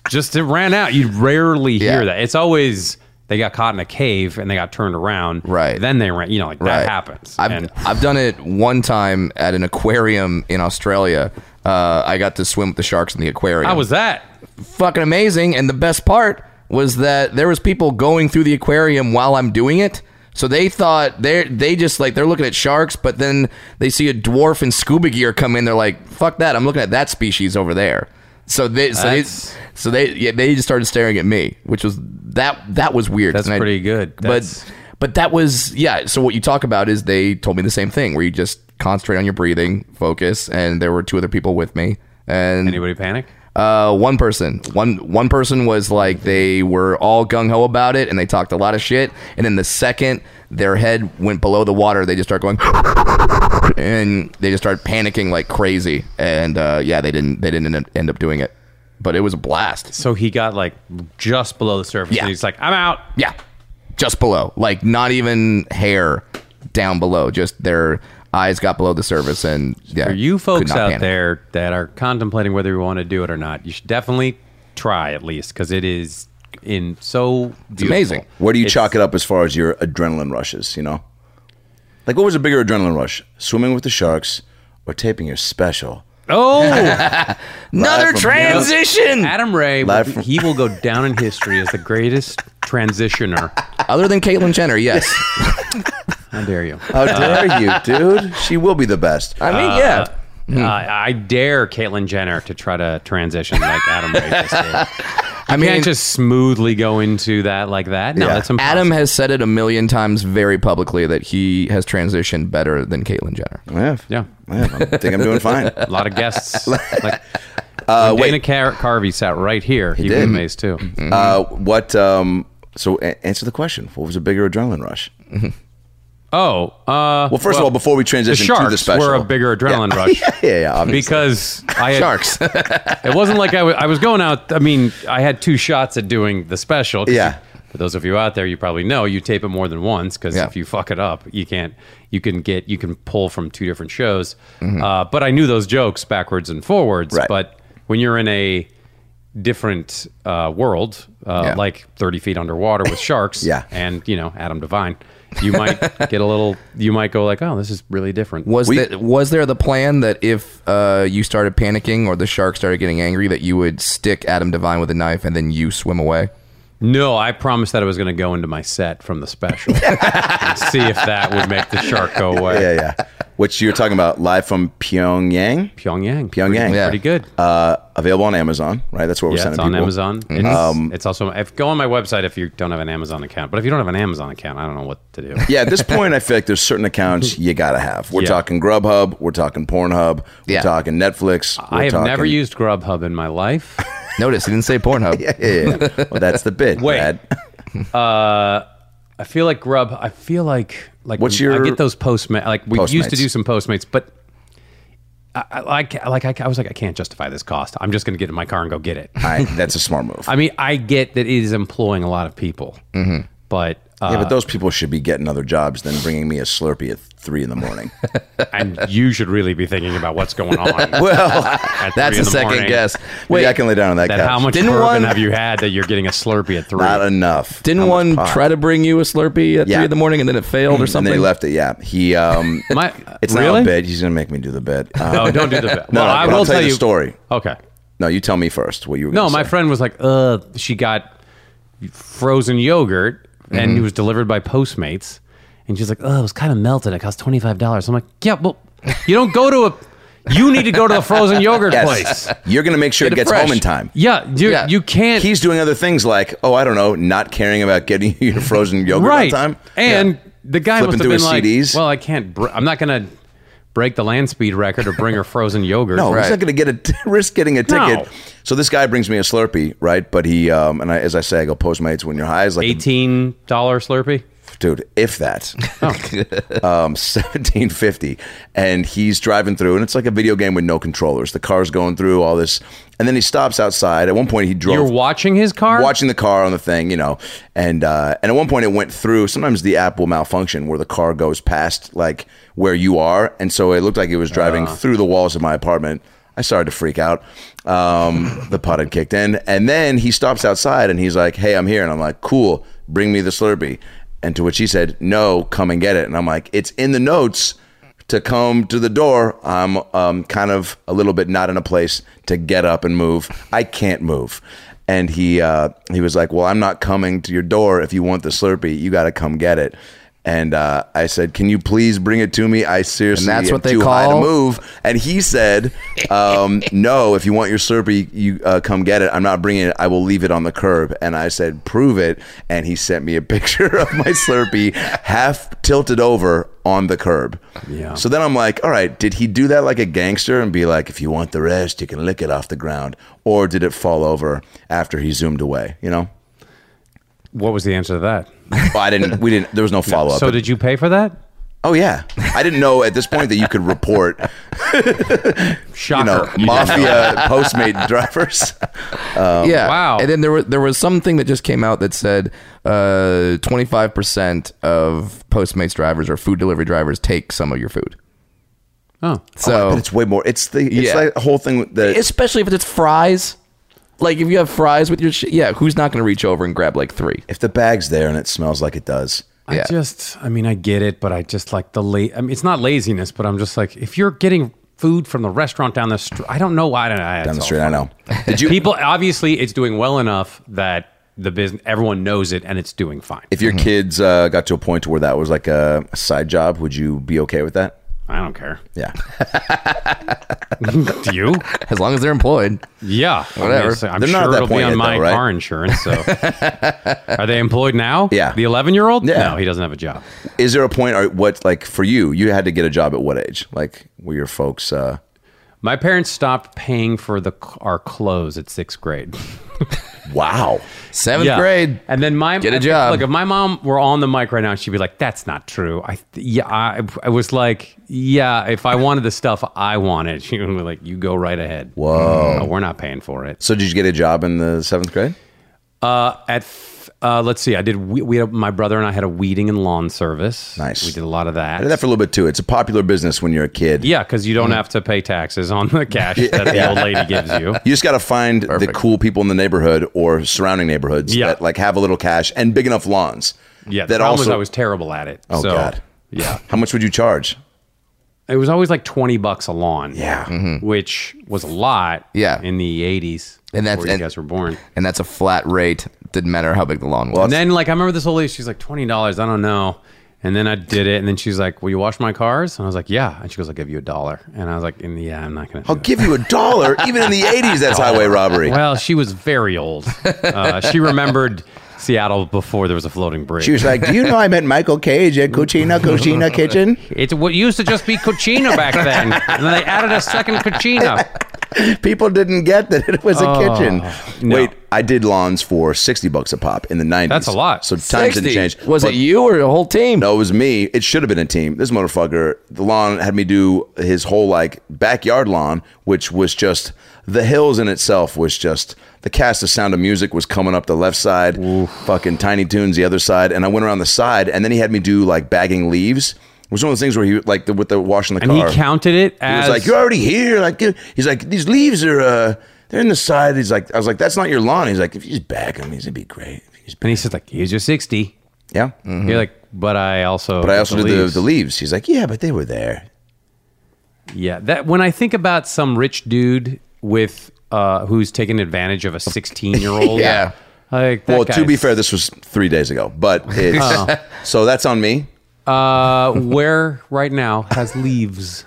F: just it ran out. You rarely hear
C: Yeah.
F: that. It's always they got caught in a cave and they got turned around.
C: Right.
F: Then they ran. You know, like
C: Right.
F: that happens.
C: I've,
F: and
C: I've done it one time at an aquarium in Australia. Uh, I got to swim with the sharks in the aquarium.
F: how was that?
C: fucking amazing. And the best part was that there was people going through the aquarium while I'm doing it. So they thought they they just like they're looking at sharks, but then they see a dwarf in scuba gear come in. They're like, "Fuck that! I'm looking at that species over there." So they so they,
F: That's-
C: so they yeah, they just started staring at me, which was that that was weird.
F: That's
C: And I-
F: pretty good. That's-
C: but but that was yeah. So what you talk about is they told me the same thing, where you just concentrate on your breathing, focus, and there were two other people with me, and
F: Anybody panic?
C: uh, one person. One one person was like they were all gung ho about it, and they talked a lot of shit. And then the second their head went below the water, they just start going, [LAUGHS] and they just start panicking like crazy. And uh, yeah, they didn't they didn't end up- end up doing it, but it was a blast.
F: So he got like just below the surface.
C: Yeah.
F: And he's like, I'm out.
C: Yeah, just below, like not even hair down below. Just their eyes got below the surface, and yeah,
F: For you
C: could
F: folks
C: not
F: out
C: panic.
F: there that are contemplating whether you want to do it or not, you should definitely try at least because it is in so beautiful.
C: amazing.
B: Where do you chalk it up as far as your adrenaline rushes? You know, like what was a bigger adrenaline rush? Swimming with the sharks or taping your special?
F: Oh. [LAUGHS]
C: another
B: from-
C: transition.
F: Adam Ray, will
B: Live
F: be-
B: from-
F: he will go down in history as the greatest transitioner.
C: Other than Caitlyn Jenner,
F: [LAUGHS]
C: yes.
F: How dare
B: [LAUGHS]
F: you?
B: How dare you, dude? She will be the best.
C: I mean, yeah.
F: Uh, I dare Caitlyn Jenner to try to transition like Adam Ray just did.
C: I mean,
F: Can't just smoothly go into that like that. No,
B: Yeah.
F: that's impossible.
C: Adam has said it a million times very publicly that he has transitioned better than Caitlyn Jenner.
B: Yeah,
F: yeah,
B: yeah, I think I'm doing
F: [LAUGHS]
B: fine.
F: a lot of guests. like, uh, Dana Car- Carvey sat right here. He,
B: did.
F: was amazed too.
B: Uh, what? Um, so a- answer the question. What was a bigger adrenaline rush?
F: Oh, uh,
B: Well, first of all, before we
F: the
B: transition to the
F: sharks
B: special,
F: were a bigger adrenaline rush
B: [LAUGHS] yeah, yeah, yeah, obviously.
F: because I had,
C: Sharks.
F: It wasn't like I wa- I was going out. I mean, I had two shots at doing the special. 'cause
B: Yeah.
F: For those of you out there, you probably know you tape it more than once because
C: Yeah.
F: if you fuck it up, you can't. You can get you can pull from two different shows. Uh, but I knew those jokes backwards and forwards.
B: Right.
F: But when you're in a different uh, world, uh,
C: Yeah.
F: like 30 feet underwater with sharks,
B: Yeah.
F: and you know Adam Devine, you might get a little. You might go like, oh, this is really different.
C: was
B: We-
C: that was there the plan that if uh, you started panicking or the shark started getting angry that you would stick Adam Devine with a knife and then you swim away?
F: No, I promised that I was going
B: [LAUGHS]
F: to go into my set from the special and see if that would make the shark go away.
B: yeah, yeah. which you're talking about live from Pyongyang.
F: Pyongyang.
B: Pyongyang.
C: Yeah.
F: Pretty good.
B: Uh, available on Amazon, right? That's where we're
F: yeah,
B: sending
F: it's on
B: people. Mm-hmm. Um,
F: Amazon. It's, it's also if, go on my website if you don't have an Amazon account. But if you don't have an Amazon account, I don't know what to do.
B: Yeah, at this point, I feel like there's certain
F: [LAUGHS]
B: accounts you gotta have. We're
F: Yeah.
B: talking Grubhub, we're talking Pornhub, we're
C: Yeah.
B: talking Netflix.
F: I
B: we're
F: have
B: talking-
F: never used Grubhub in my life.
C: Notice he didn't say Pornhub.
B: [LAUGHS] Yeah, yeah,
F: [LAUGHS]
B: yeah. Well, that's the bit.
F: Wait.
B: Brad.
F: I feel like Grub. I feel like like
B: What's
F: I
B: your-
F: get those Postmates. Like we used to
B: Postmates.
F: do some Postmates, but I, I like like I, I was like I can't justify this cost. I'm just going to get in my car and go get it.
B: I, that's a smart move.
F: [LAUGHS] I mean, I get that it is employing a lot of people,
B: Mm-hmm.
F: but
B: yeah,
F: uh,
B: but those people should be getting other jobs than bringing me a Slurpee at three in the
F: [LAUGHS]
B: morning.
F: and you should really be thinking about what's
B: [LAUGHS]
F: going on.
B: well, [LAUGHS]
F: at
C: That's
F: three
C: a
F: in the
C: second
F: morning.
C: guess.
B: Wait, I can lay down on that,
F: That
B: couch.
F: how much
C: Didn't
F: bourbon
C: one-
F: have you had that you're getting a Slurpee at three?
B: Not enough.
C: Didn't
B: How much
C: one
B: pot?
C: try to bring you a Slurpee at
B: Yeah. Mm,
C: three in the morning and then it failed or
B: And
C: something?
B: they left it. Yeah, he. Um,
F: [LAUGHS] My-
B: it's
F: really?
B: not a bit. He's gonna make me do the bit. Uh,
F: Oh, don't
B: [LAUGHS]
F: do the. Well,
B: no, no,
F: I
B: but I'll
F: will
B: tell you the
F: you
B: story.
F: Okay.
B: no, you tell me first what you. Were
F: No,
B: gonna
F: my
B: say.
F: friend was like, uh, she got frozen yogurt
B: Mm-hmm.
F: and it was delivered by Postmates. And she's like, oh, it was kind of melted. It cost $25. I'm like, yeah, well, you don't go to a, you need to go to a frozen
B: [LAUGHS]
F: yogurt
B: Yes.
F: place.
B: You're gonna make sure
C: Get
B: it
C: it
B: gets
C: fresh.
B: home in time.
F: Yeah, you,
C: Yeah.
F: you can't.
B: He's doing other things like, oh, I don't know, not caring about getting [LAUGHS] you your frozen yogurt
F: right.
B: on time.
F: And
B: Yeah.
F: the guy
B: Flipping
F: must have
B: through
F: been
B: his CDs.
F: like, well, I can't, br- I'm not going to break the land speed record or bring her frozen
B: [LAUGHS]
F: yogurt.
B: No,
C: Right.
B: he's not going to get a t- risk getting a ticket.
F: No.
B: So this guy brings me a Slurpee, right? But he, um, and I, as I say, I go Postmates when you're high is like,
F: $18 Slurpee?
B: dude, if that, [LAUGHS] um, seventeen fifty, and he's driving through, and it's like a video game with no controllers. The car's going through all this, and then he stops outside. At one point, he drove.
F: You're watching his car?
B: watching the car on the thing, you know, and uh, and at one point it went through. Sometimes the app will malfunction where the car goes past like where you are, and so it looked like it was driving through the walls of my apartment. I started to freak out. Um, the pot had kicked in, and then he stops outside and he's like, "Hey, I'm here," and I'm like, "Cool, bring me the Slurpee." And to which he said, "No, come and get it." And I'm like, "It's in the notes." To come to the door, I'm um, kind of a little bit not in a place to get up and move. I can't move and he uh, he was like, "Well, I'm not coming to your door. If you want the Slurpee, you got to come get it." And uh, I said, "Can you please bring it to me? I seriously
C: And that's
B: am
C: what they
B: too high to
C: call-
B: move." And he said, um, "No, if you want your Slurpee, you uh, come get it. I'm not bringing it. I will leave it on the curb." And I said, "Prove it." And he sent me a [LAUGHS] picture of my Slurpee half tilted over on the curb.
F: Yeah.
B: So then I'm like, all right, did he do that like a gangster and be like, if you want the rest, you can lick it off the ground? Or did it fall over after he zoomed away? You know?
F: What was the answer to that?
B: Well, I didn't, we didn't, there was no follow up.
F: So did you pay for that?
B: oh, yeah. I didn't know at this point that you could report, you
F: Shocker.
B: know,
F: You [LAUGHS]
B: mafia Postmate drivers.
C: yeah.
F: Wow.
C: And then there was there was something that just came out that said uh, 25% of Postmates drivers or food delivery drivers take some of your food.
F: Oh,
C: So
B: But it's way more, it's the, it's
C: Yeah.
B: like the whole thing that,
C: especially if it's fries. Like if you have fries with your shit, yeah, who's not going to reach over and grab like three?
B: if the bag's there and it smells like it does.
C: Yeah.
F: I just, I mean, I get it, but I just like the late. I mean, it's not laziness, but I'm just like, if you're getting food from the restaurant down the street, I don't know why. I don't, I,
B: Down the street, I know.
F: [LAUGHS] Did you people? Obviously, it's doing well enough that the business, everyone knows it, and it's doing fine.
B: If your kids uh, got to a point to where that was like a side job, would you be okay with that?
F: I don't care. [LAUGHS]
B: Yeah.
F: Do you?
C: As long as they're employed.
F: Yeah,
C: Whatever.
F: I am
B: They're
F: sure
B: not at that
F: it'll be
B: point
F: on
B: yet,
F: my
B: though, right?
F: car insurance.
B: [LAUGHS]
F: So, are they employed now?
B: Yeah.
F: the 11 year old.
B: Yeah.
F: No, he doesn't have a job.
B: [LAUGHS] Is there a point or what like for you, you had to get a job at what age? Like were your folks uh
F: My parents stopped paying for the our clothes at sixth grade.
B: Wow.
C: Seventh
F: [LAUGHS] Yeah.
C: grade.
F: And then my
C: Get a
F: I-
C: job.
F: Look, if my mom were on the mic right now, she'd be like, "That's not true." I yeah, I, I was like, "Yeah, if I wanted the stuff I wanted," [LAUGHS] she would be like, "You go right ahead." Whoa, we're not paying for it.
B: So did you get a job in the seventh grade?
F: Uh, at f- uh, let's see, I did. We, we had, my brother and I had a weeding and lawn service.
B: Nice.
F: We did a lot of that.
B: I did that for a little bit too. It's a popular business when you're a kid.
F: yeah, because you don't have to pay taxes on the cash that the old lady gives you.
B: You just got to find the
C: Perfect.
B: cool people in the neighborhood or surrounding neighborhoods
F: Yeah.
B: that like have a little cash and big enough lawns.
F: Yeah, the
B: that
F: problem was
B: also.
F: I was terrible at it.
B: oh
F: so,
B: God.
F: Yeah,
B: [LAUGHS] How much would you charge?
F: it was always like twenty bucks a lawn.
B: Yeah.
F: which was a lot.
C: Yeah.
F: in the eighties,
C: And that's-
F: before you
C: and-
F: guys were born.
C: And that's a flat rate. Didn't matter how big the lawn was.
F: And then, like, I remember this whole lady. She's like twenty dollars. I don't know. And then I did it, and then she's like, "Will you wash my cars?" And I was like, "Yeah." And she goes, "I'll give you a dollar." And I was like, "And "Yeah, I'm not gonna."
B: I'll
F: do
B: give you a
F: [LAUGHS]
B: dollar. Even in the 80s, that's highway robbery.
F: it." Well, she was very old. Uh, she remembered Seattle before there was a floating bridge.
G: She was like, "Do you know I met Michael Cage at Cucina Cucina
F: [LAUGHS]
G: Kitchen?
F: It what used to just be Cucina back then, and then they added a second Cucina.
G: People didn't get that it was a kitchen."
F: Oh, No.
B: Wait, I did lawns for 60 bucks a pop in the 90s.
F: That's a lot.
B: So times didn't change.
C: Was
B: But
C: it you or the whole team?
B: No, it was me. It should have been a team. This motherfucker, the lawn had me do his whole like backyard lawn, which was just the hills in itself was just the cast of Sound of Music was coming up the left side, fucking Tiny Tunes the other side, and I went around the side, and then he had me do like bagging leaves. It was one of those things where he like the, with the washing the
F: And
B: car.
F: he counted it
B: He was
F: as
B: like, "You're already here." Like uh, he's like, "These leaves are uh, they're in the side." He's like, "I was like, that's not your lawn." He's like, "If you just bag them, he's gonna be great." If you just-
F: and he says like, "Here's your 60.
B: Yeah,
F: You're like, "But I also."
B: Mm-hmm. but I also did the, the leaves. He's like, "Yeah, but they were there."
F: Yeah, that when I think about some rich dude with uh, who's taking advantage of a 16
B: [LAUGHS]
F: year old.
C: Yeah.
F: Like that
B: Well, to be
F: guy's- Oh.
B: fair, this was three days ago, but
F: [LAUGHS]
B: it's [LAUGHS] so that's on me
F: uh, where right now has leaves?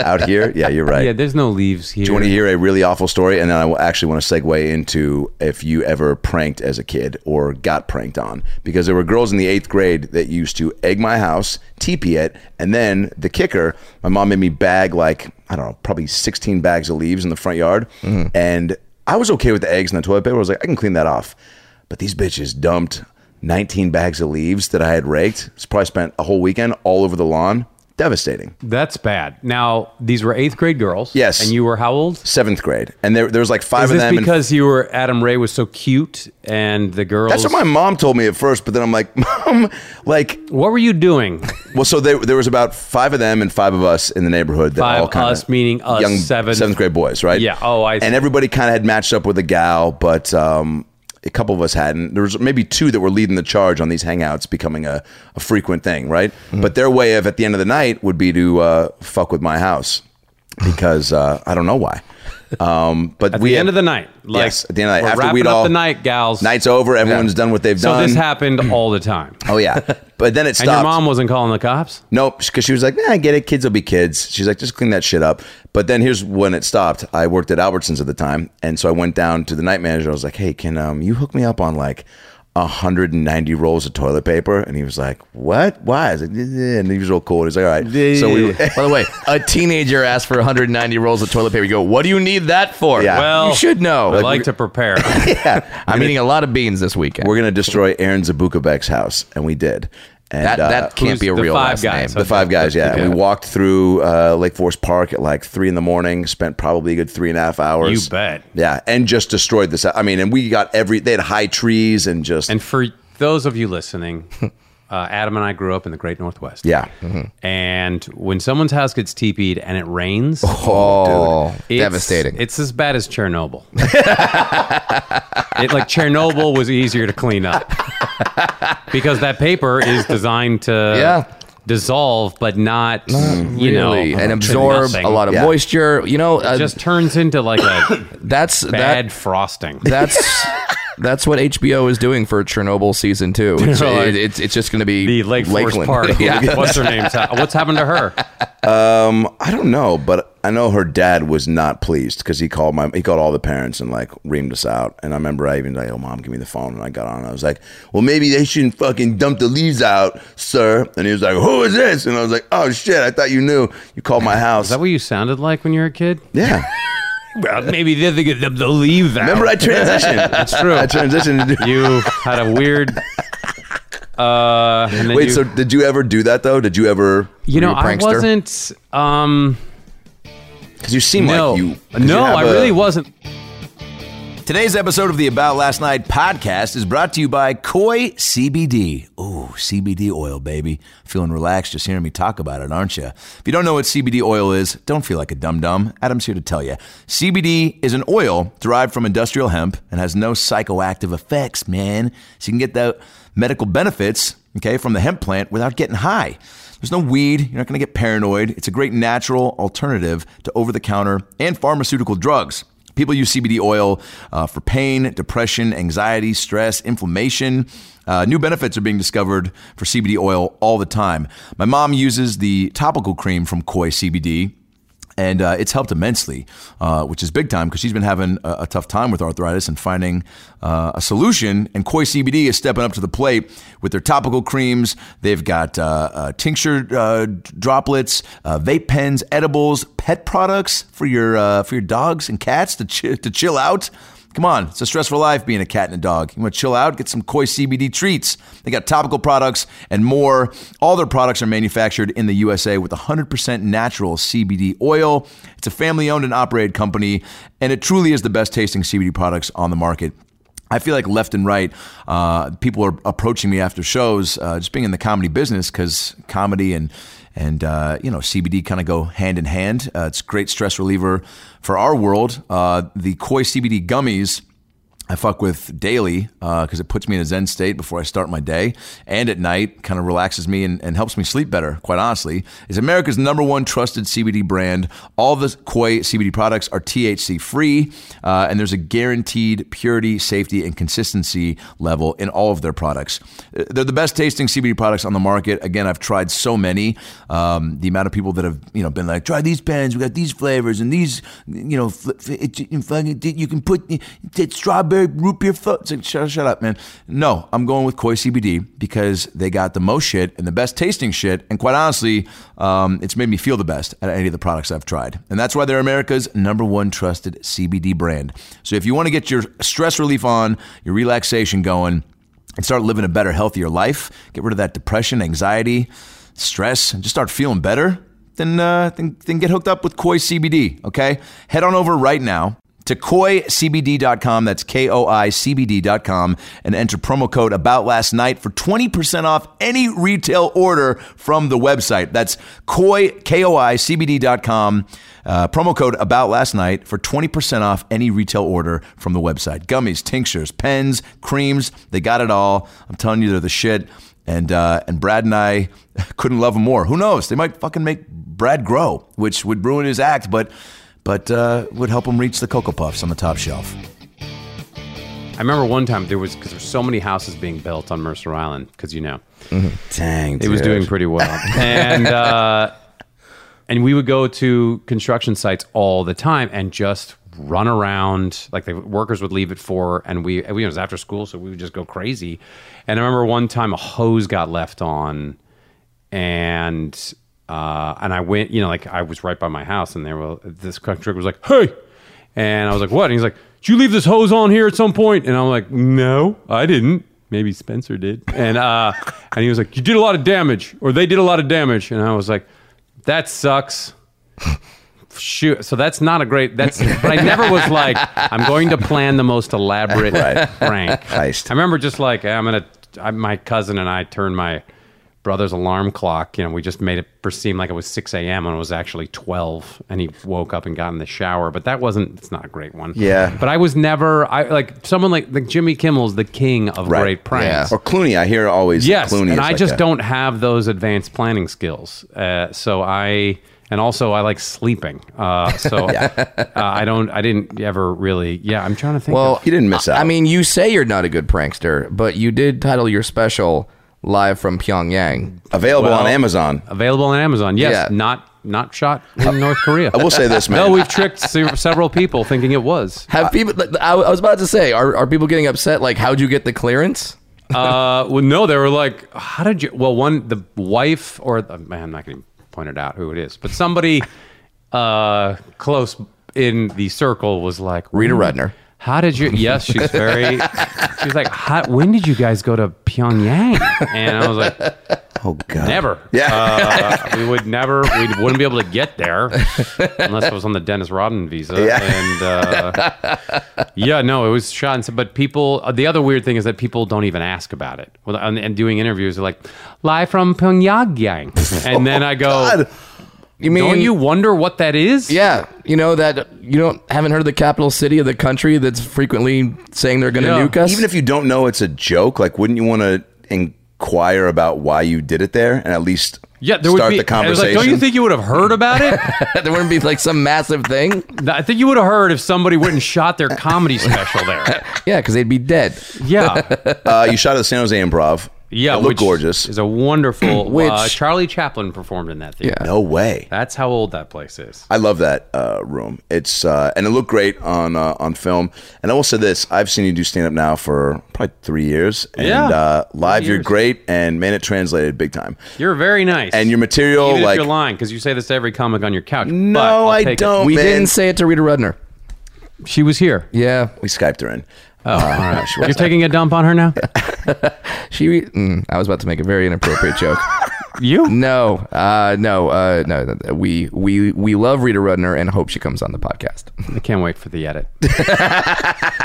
B: out here. Yeah, you're [LAUGHS] right.
F: Yeah, there's no leaves here.
B: Do you want to hear a really awful story? And then I will actually want to segue into if you ever pranked as a kid or got pranked on. Because there were girls in the eighth grade that used to egg my house, teepee it, and then the kicker, my mom made me bag like, I don't know, probably 16 bags of leaves in the front yard.
F: Mm-hmm.
B: And I was okay with the eggs and the toilet paper. I was like, I can clean that off. But these bitches dumped 19 bags of leaves that I had raked. It's probably spent a whole weekend all over the lawn. Devastating.
F: That's bad. Now these were eighth grade girls.
B: Yes.
F: and you were how old?
B: Seventh grade. And there, there was like five
F: Is
B: of
F: this
B: them. and
F: because you were Adam Ray was so cute and the girls?
B: That's what my mom told me at first, but then I'm like, [LAUGHS] Mom, like,
F: What were
B: [LAUGHS]
F: you doing?
B: well, so there, there was about five of them and five of us in the neighborhood. That
F: Five
B: all kinda,
F: us, meaning us seven-
B: seventh grade boys, right?
F: Yeah. Oh, I see.
B: And everybody kind of had matched up with a gal, but um, a couple of us hadn't. There was maybe two that were leading the charge on these hangouts becoming a, a frequent thing, right?
F: Mm-hmm.
B: But their way of at the end of the night would be to uh, fuck with my
F: [SIGHS]
B: house because uh, I don't know why. Um, but
F: At
B: we
F: the
B: had-
F: end of the night. Like,
B: yes, at the end of the night.
F: we're
B: After
F: wrapping
B: we'd
F: up
B: all-
F: the night, gals.
B: Night's over. Everyone's done what they've
F: so
B: done.
F: this
B: [CLEARS THROAT]
F: happened all the time.
B: Oh
F: [LAUGHS]
B: yeah, but then it
F: And
B: stopped.
F: your mom wasn't calling the cops?
B: Nope, because she was like, nah, I get it. Kids will be kids. She's like, just clean that shit up. But then here's when it stopped. I worked at Albertsons at the time. And so I went down to the night manager. I was like, hey, can um, you hook me up on like 190 rolls of toilet paper? And he was like, what? Why? I was like, "Yeah, yeah." and he was real cool. He's like, all right. So
C: [LAUGHS]
B: we
C: By the way, a teenager asked for 190 rolls of toilet paper. You go, what do you need that for?
B: Yeah.
F: Well,
C: you should know.
F: I like, to
B: [LAUGHS]
F: prepare.
B: yeah,
C: I'm eating a lot of beans this
B: [LAUGHS]
C: weekend.
B: we're going to destroy Aaron Zabukabek's house. And we did. And
C: that
B: uh,
C: that can't be a
F: who's the
C: real
F: five
C: last
F: guys?
C: name.
B: the five guys, yeah. And we walked through uh, Lake Forest Park at like three in the morning. Spent probably a good three and a half hours.
F: You bet.
B: Yeah, and just destroyed this. I mean, and we got every. They had high trees and just
F: and for those of you listening, uh, Adam and I grew up in the Great Northwest.
B: yeah.
F: And when someone's house gets teepeed and it rains,
C: Oh,
F: it's-
C: devastating.
F: It's as bad as Chernobyl. [LAUGHS] it, like Chernobyl was easier to clean up because that paper is designed to
C: Yeah.
F: dissolve, but not, you
C: Really,
F: know,
C: and
F: to
C: absorb
F: nothing.
C: a lot of
B: Yeah.
C: moisture. You know, uh,
F: It just turns into
C: [COUGHS]
F: like a
C: that's
F: bad
C: that,
F: frosting. [LAUGHS]
C: that's that's what HBO is doing for Chernobyl season
F: [LAUGHS]
C: two. It's,
F: They're like,
C: it- it's, it's just going to be
F: the Lake Forest
C: Lakeland. [LAUGHS]
F: Park.
C: yeah.
F: What's her name? What's happened to her?
B: I don't know, but I know her dad was not pleased because he called my he called all the parents and like reamed us out. And I remember I even like, oh mom, give me the phone. And I got on. And I was like, well, maybe they shouldn't fucking dump the leaves out, sir. And he was like, who is this? And I was like, oh shit, I thought you knew. You called my house.
F: Is that what you sounded like when you were a kid? [LAUGHS]
B: yeah.
F: Well, maybe they're the, they'll leave that.
B: Remember, I transitioned.
F: That's
C: [LAUGHS]
F: true.
B: I transitioned. Into-
F: you had a weird. Uh, and then
B: Wait,
F: you,
B: so did you ever do that though? Did you ever?
F: you know
C: were you a
F: I
C: prankster?
F: wasn't. Um,
B: Because you seem
F: no,
B: like you. 'cause you
F: no,
B: have
F: I
B: a-
F: really wasn't.
B: Today's episode of the About Last Night podcast is brought to you by Koi CBD. Ooh, CBD oil, baby. Feeling relaxed just hearing me talk about it, aren't you? If you don't know what CBD oil is, don't feel like a dum dum. Adam's here to tell you. CBD is an oil derived from industrial hemp and has no psychoactive effects, man. So you can get the medical benefits, okay, from the hemp plant without getting high. There's no weed. You're not going to get paranoid. It's a great natural alternative to over the counter and pharmaceutical drugs. People use CBD oil uh, for pain, depression, anxiety, stress, inflammation. Uh, new benefits are being discovered for CBD oil all the time. My mom uses the topical cream from Koi CBD and uh, it's helped immensely, uh, which is big time because she's been having a, a tough time with arthritis and finding uh, a solution. And Koi CBD is stepping up to the plate with their topical creams. They've got uh, uh, tincture uh, droplets, uh, vape pens, edibles, pet products for your uh, for your dogs and cats to ch- to chill out. Come on, it's a stressful life being a cat and a dog. You want to chill out, get some Koi CBD treats. They got topical products and more. All their products are manufactured in the USA with 100% natural CBD oil. It's a family owned and operated company, and it truly is the best tasting CBD products on the market. I feel like left and right, uh, people are approaching me after shows, uh, just being in the comedy business because comedy and and uh, you know CBD kind of go hand in hand. Uh, it's a great stress reliever for our world. Uh, the Koi CBD gummies. I fuck with daily because it puts me in a zen state before I start my day, and at night kind of relaxes me and, and helps me sleep better. Quite honestly, is America's number one trusted CBD brand. All the Koi CBD products are THC free, uh, and there's a guaranteed purity, safety, and consistency level in all of their products. Uh, They're the best tasting CBD products on the market. Again, I've tried so many. Um, the amount of people that have you know been like, try these pens, we got these flavors and these, you know, fl- f- it, you can fucking- you can put it's strawberry root beer. Fl-. It's like, shut, shut up, man. No, I'm going with Koi CBD because they got the most shit and the best tasting shit. And quite honestly, um, it's made me feel the best at any of the products I've tried. And that's why they're America's number one trusted CBD brand. So if you want to get your stress relief on, your relaxation going, and start living a better, healthier life, get rid of that depression, anxiety, stress, and just start feeling better, then, uh, then, then get hooked up with Koi CBD, okay? Head on over right now to koicbd.com, that's K O I C B D.com, and enter promo code about last night for 20% off any retail order from the website. That's koi, K O I C B D.com, uh, promo code about last night for 20% off any retail order from the website. Gummies, tinctures, pens, creams, they got it all. I'm telling you, they're the shit. And uh, and Brad and I [LAUGHS] couldn't love them more. Who knows? They might fucking make Brad grow, which would ruin his act, but but uh, would help him reach the Cocoa Puffs on the top shelf.
F: I remember one time there was because there's so many houses being built on Mercer Island because you know
G: Dang,
F: it was doing
B: [LAUGHS]
F: pretty well, and uh, and we would go to construction sites all the time and just run around. Like the workers would leave at four, and we and we it was after school, so we would just go crazy. And I remember one time a hose got left on, and uh, and I went, you know, like I was right by my house, and there were this contractor was like, "Hey," and I was like, "What?" And he's like, "Did you leave this hose on here at some point?" And I'm like, "No, I didn't." Maybe Spencer did, and uh, [LAUGHS] and he was like, "You did a lot of damage, or they did a lot of damage," and I was like, "That sucks." Shoot, so that's not a great. That's but I never was like, I'm going to plan the most elaborate prank.
G: Heist.
F: I remember just like I'm gonna. I, my cousin and I turned my brother's alarm clock. You know, we just made it seem like it was 6 a.m. when it was actually 12, and he woke up and got in the shower. But that wasn't. It's not a great one.
G: Yeah.
F: But I was never. I like someone like like Jimmy Kimmel's the king of great pranks.
G: Or Clooney, I hear always.
F: Yes,
G: Clooney is
F: and I
G: like
F: just
G: a-
F: don't have those advanced planning skills. Uh, so I and also I like sleeping. Uh,
G: [LAUGHS]
F: so uh, I don't. I didn't ever really. Yeah, I'm trying to think.
C: Well,
F: of,
G: You didn't miss
C: I-
G: out.
C: I mean, you say you're not a good prankster, but you did title your special "Live from Pyongyang."
G: available
F: Well-
G: on Amazon.
F: available on Amazon. Yes,
C: Yeah.
F: not not shot in North [LAUGHS] Korea.
G: I will say this, man.
F: No, we've tricked se- several people thinking it was.
C: Have people? I, I was about to say, are, are people getting upset? Like, how'd you get the clearance?
F: Uh, well, no, they were like, "How did you?" Well, one the wife or the, man, I'm not going to point it out who it is, but somebody uh, close in the circle was like,
C: Rita
F: "Hmm,
C: Rudner.
F: How did you? Yes, she's very. she's like, how, when did you guys go to Pyongyang? And I was like,
G: oh God.
F: never.
G: Yeah.
F: uh, we would never. We wouldn't be able to get there unless it was on the Dennis Rodman visa.
G: Yeah.
F: And uh, yeah, no, it was shot. And, so- but people, uh, the other weird thing is that people don't even ask about it. Well, and, and doing interviews, they're like, live from Pyongyang, and then I
B: Oh,
F: go,
C: You mean
F: don't you wonder what that is?
C: Yeah, you know that you don't haven't heard of the capital city of the country that's frequently saying they're going to
F: Yeah.
C: nuke us.
G: Even
C: [LAUGHS]
G: if you don't know it's a joke, like wouldn't you want to inquire about why you did it there and at least
F: Yeah, there would
B: Start
F: be,
B: the
F: I was like, Don't you
B: conversation.
F: think you would have heard about it? [LAUGHS]
C: there wouldn't be like some massive thing.
F: I think you would have heard if somebody went and shot their comedy special there.
C: Yeah, because they'd be dead.
F: Yeah,
B: Uh, you shot at the San Jose Improv.
F: yeah,
B: it looked
F: which
B: gorgeous.
F: Is
B: [CLEARS THROAT]
F: a wonderful.
C: Which-
F: uh, Charlie Chaplin performed in that theater.
C: Yeah.
B: No way.
F: That's how old that place is.
B: I love that uh, room. It's uh, and it looked great on uh, on film. And I will say this: I've seen you do stand up now for probably three years, and
F: Yeah,
B: uh, live
F: three
B: you're
F: years.
B: great, and man, it translated big time.
F: You're very nice,
B: And your material,
F: Even if
B: like
F: you're lying because you say this to every comic on your couch. but
B: no,
F: I'll
B: I
F: take it.
B: don't.
C: we
B: man.
C: didn't say it to Rita Rudner.
F: She was here.
C: Yeah,
B: We skyped her in.
F: Oh,
B: Uh, [LAUGHS] she
F: You're taking a dump on
B: [LAUGHS]
F: her now.
C: she. Mm, I was about to make a very inappropriate joke.
F: You?
C: No, uh, no, uh, no. th- th- We we we love Rita Rudner and hope she comes on the podcast.
F: I can't wait for the edit.
B: [LAUGHS]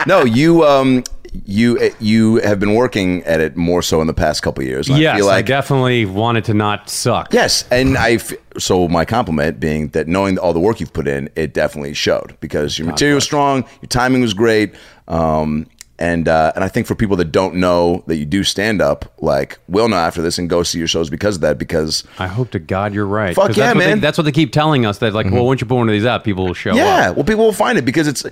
B: no, you um you you have been working at it more so in the past couple years. and
F: yes,
B: I feel
F: I
B: like
F: definitely wanted to not suck.
B: yes, and I f- so my compliment being that knowing all the work you've put in, it definitely showed because your material was strong, your timing was great. Um and, uh, and I think for people that don't know that you do stand up, like will know after this and go see your shows because of that. Because
F: I hope to God you're right.
B: Fuck
F: 'Cause
B: yeah,
F: that's what
B: man. Mm-hmm.
F: They, that's what they keep telling us. That like, well, once you put one of these out, people will show
B: yeah,
F: up.
B: well, people will find it because it's, uh,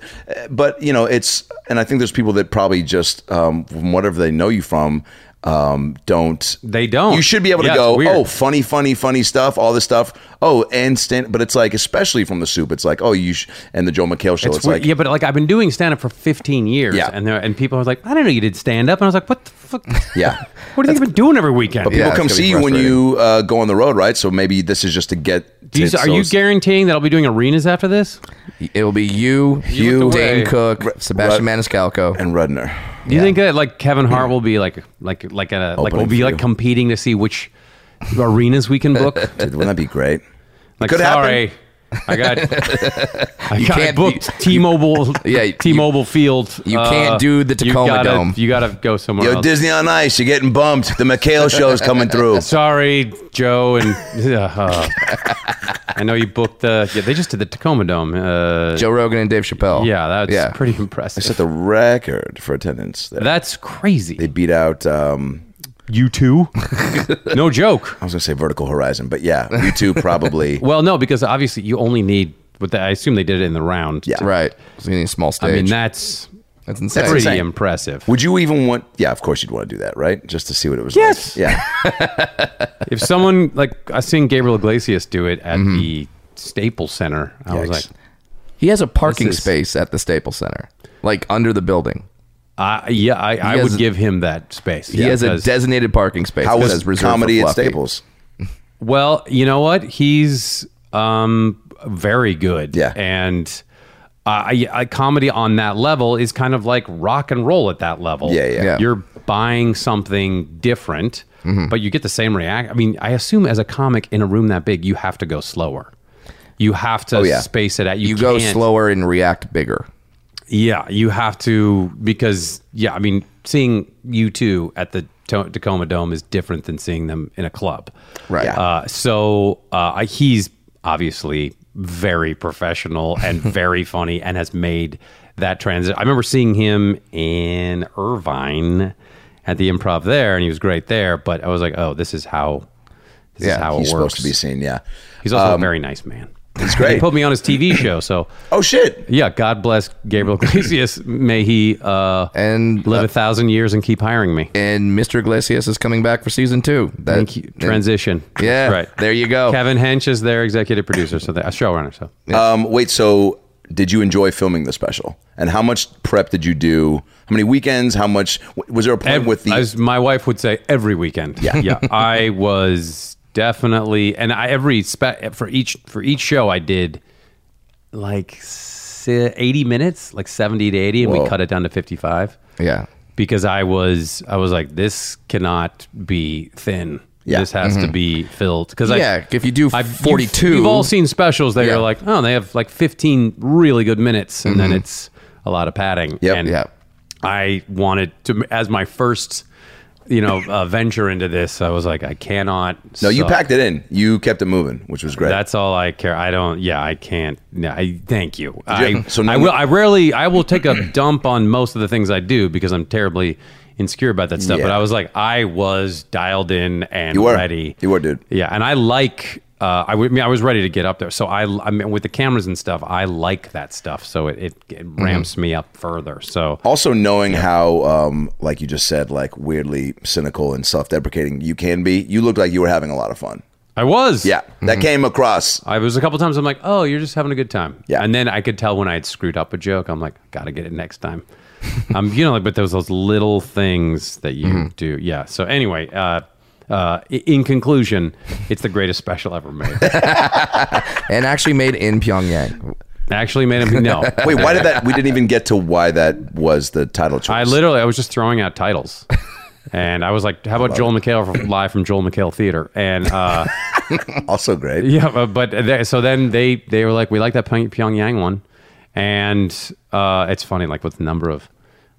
B: but you know, it's, and I think there's people that probably just um, from whatever they know you from, um, don't.
F: They don't.
B: You should be able
F: Oh, Yeah,
B: to go,
F: it's weird.
B: oh, funny, funny, funny stuff, all this stuff. Oh, and stand, but it's like, especially from the soup, it's like, oh, you sh-, and the Joe McHale show, it's,
F: weird.
B: like,
F: yeah, but like I've been doing stand up for 15 years,
B: Yeah.
F: and there, and people are like, I didn't know you did stand up, and I was like, what the fuck?
B: [LAUGHS]
F: [LAUGHS]
B: yeah.
F: What do you think I've been doing every weekend?
B: People
C: it's
B: come
C: gonna be
B: see you when
C: frustrating.
B: you uh, go on the road, right? So maybe this is just to get.
F: Do you-
B: to-
F: are
B: so
F: you
B: it's-
F: guaranteeing that I'll be doing arenas after this?
C: It'll be you,
F: looked
C: you,
F: away.
C: Dane Cook, Sebastian
B: Ru-
C: Maniscalco.
B: and Rudner?
F: Do you think that like Kevin Hart will be like like like a like
B: Opening
F: will be
B: for
F: like
B: you.
F: competing to see which arenas
B: [LAUGHS]
F: we can book?
B: Dude, wouldn't that be
F: [LAUGHS]
B: great?
F: Like
B: Could happen.
F: sorry.
B: [LAUGHS]
F: I got I got
C: can't-
F: booked
C: you-
F: T-Mobile
C: Yeah, you-
F: T-Mobile Field. uh,
C: you can't do the Tacoma
F: you gotta,
C: Dome.
F: You got to go somewhere
B: Yo,
F: else.
B: Disney on Ice, you're getting bumped. The
F: [LAUGHS]
B: McHale show is coming through.
F: Sorry, Joe and uh, I know you booked the yeah, they just did the Tacoma Dome. Uh,
C: Joe Rogan and Dave Chappelle.
F: yeah, that's
C: yeah.
F: pretty impressive.
B: set the record for attendance. There.
F: that's crazy.
B: they beat out. Um,
F: you too? [LAUGHS] no joke.
B: I was gonna say Vertical Horizon, but
F: [LAUGHS]
B: yeah, you two probably.
F: Well, no, because obviously you only need. But I assume they did it in the round.
B: Yeah.
C: right. So you need a small
F: I
C: stage.
F: mean that's
C: that's insane.
F: pretty
B: insane.
F: impressive.
B: would you even want? Yeah, of course you'd want to do that, right? Just to see what it was.
F: Yes.
B: Like. Yeah.
F: if someone like I seen Gabriel Iglesias do it at
C: Mm-hmm.
F: the Staples Center, I was
B: Yikes.
F: like,
C: he has a parking
F: This is-
C: space at the Staples Center, like under the building.
F: I, yeah, I, I
C: has
F: would
C: a-
F: give him that space.
C: He has a
F: because-
C: designated parking space.
B: How
C: that
B: was
C: is reserved for
B: comedy at
C: Fluffy.
B: Staples?
F: Well, you know what? He's um, very good.
B: Yeah.
F: and. Uh, I, I, comedy on that level is kind of like rock and roll at that level.
B: Yeah, yeah.
C: Yeah.
F: You're buying something different,
B: Mm-hmm.
F: but you get the same react. I mean, I assume as a comic in a room that big, you have to go slower. You have to
B: Oh, yeah.
F: space it out. You,
C: You go
F: can't-
C: slower and react bigger.
F: Yeah, you have to because yeah, I mean, seeing you two at the To- Tacoma Dome is different than seeing them in a club.
C: Right.
B: Yeah.
F: Uh, so uh, I- he's obviously very professional
B: [LAUGHS]
F: and very funny, and has made that transition. I remember seeing him in Irvine at the Improv there, and he was great there. But I was like, oh, this is how this
C: Yeah,
F: is how it
B: He's
F: works.
B: supposed to be seen. Yeah.
F: he's also a very nice man.
B: It's
F: [LAUGHS] He
B: great.
F: put me on his TV show, so
B: oh shit.
F: yeah, God bless Gabriel Iglesias. May he uh,
C: Mm. And
F: live a thousand years and keep hiring me.
C: and Mr. Iglesias is coming back for season two. That,
F: Thank you. Transition.
C: Yeah,
F: right.
C: there you go.
F: Kevin Hench is their executive producer, so they're a showrunner. So
B: Um, wait. So, did you enjoy filming the special? And how much prep did you do? How many weekends? How much? Was there a point
F: Ev-
B: with the?
F: as my wife would say, every weekend. Yeah, yeah. I was definitely, and I every spe- for each for each show I did like si- eighty minutes, like seventy to eighty, and
B: Whoa.
F: we cut it down to fifty five.
C: Yeah.
F: because I was I was like, this cannot be thin.
B: Yeah.
F: This has to be filled. Because
C: Yeah, if you do 42
F: you've, all seen specials that
C: Yeah.
F: you're like, oh, they have like 15 really good minutes, and then it's a lot of padding.
B: Mm-hmm. Yep.
F: and
C: Yeah.
F: I wanted to as my first, you know, uh, venture into this. I was like, I cannot.
B: no, you
F: suck.
B: packed it in. You kept it moving, which was great.
F: That's all I care. I don't. Yeah, I can't. No, I thank you. I,
B: so no-
F: [CLEARS THROAT] I will. I rarely. I will take a dump on most of the things I do because I'm terribly insecure about that stuff. But I was like, I was dialed in and
B: You were.
F: ready.
B: You were, dude.
F: Yeah, and I like. Uh, I, would- I mean, I was ready to get up there. So I, I mean, with the cameras and stuff, I like that stuff. So it, it, it
B: Mm-hmm.
F: ramps me up further. So
B: Also,
G: knowing how, um, like you just said, like weirdly cynical and self-deprecating you can be, you looked like you were having a lot of fun.
F: I was.
G: Yeah, that came across.
F: I was a couple times. I'm like, oh, you're just having a good time.
G: Yeah.
F: And then I could tell when I had screwed up a joke. I'm like, gotta get it next time. [LAUGHS] um, you know, like, but there's those little things that you do. Yeah. So anyway, uh, uh, i- in conclusion, it's the greatest special ever made.
C: and actually made in Pyongyang.
F: Actually, made him no.
B: Wait, why did that? We didn't even get to why that was the title choice.
F: I literally, I was just throwing out titles, and I was like, how about Joel McHale from live from Joel McHale Theater? And uh,
B: also great.
F: Yeah, but, but they, so then they they were like, we like that Pyong- Pyongyang one, and uh, it's funny like with the number of.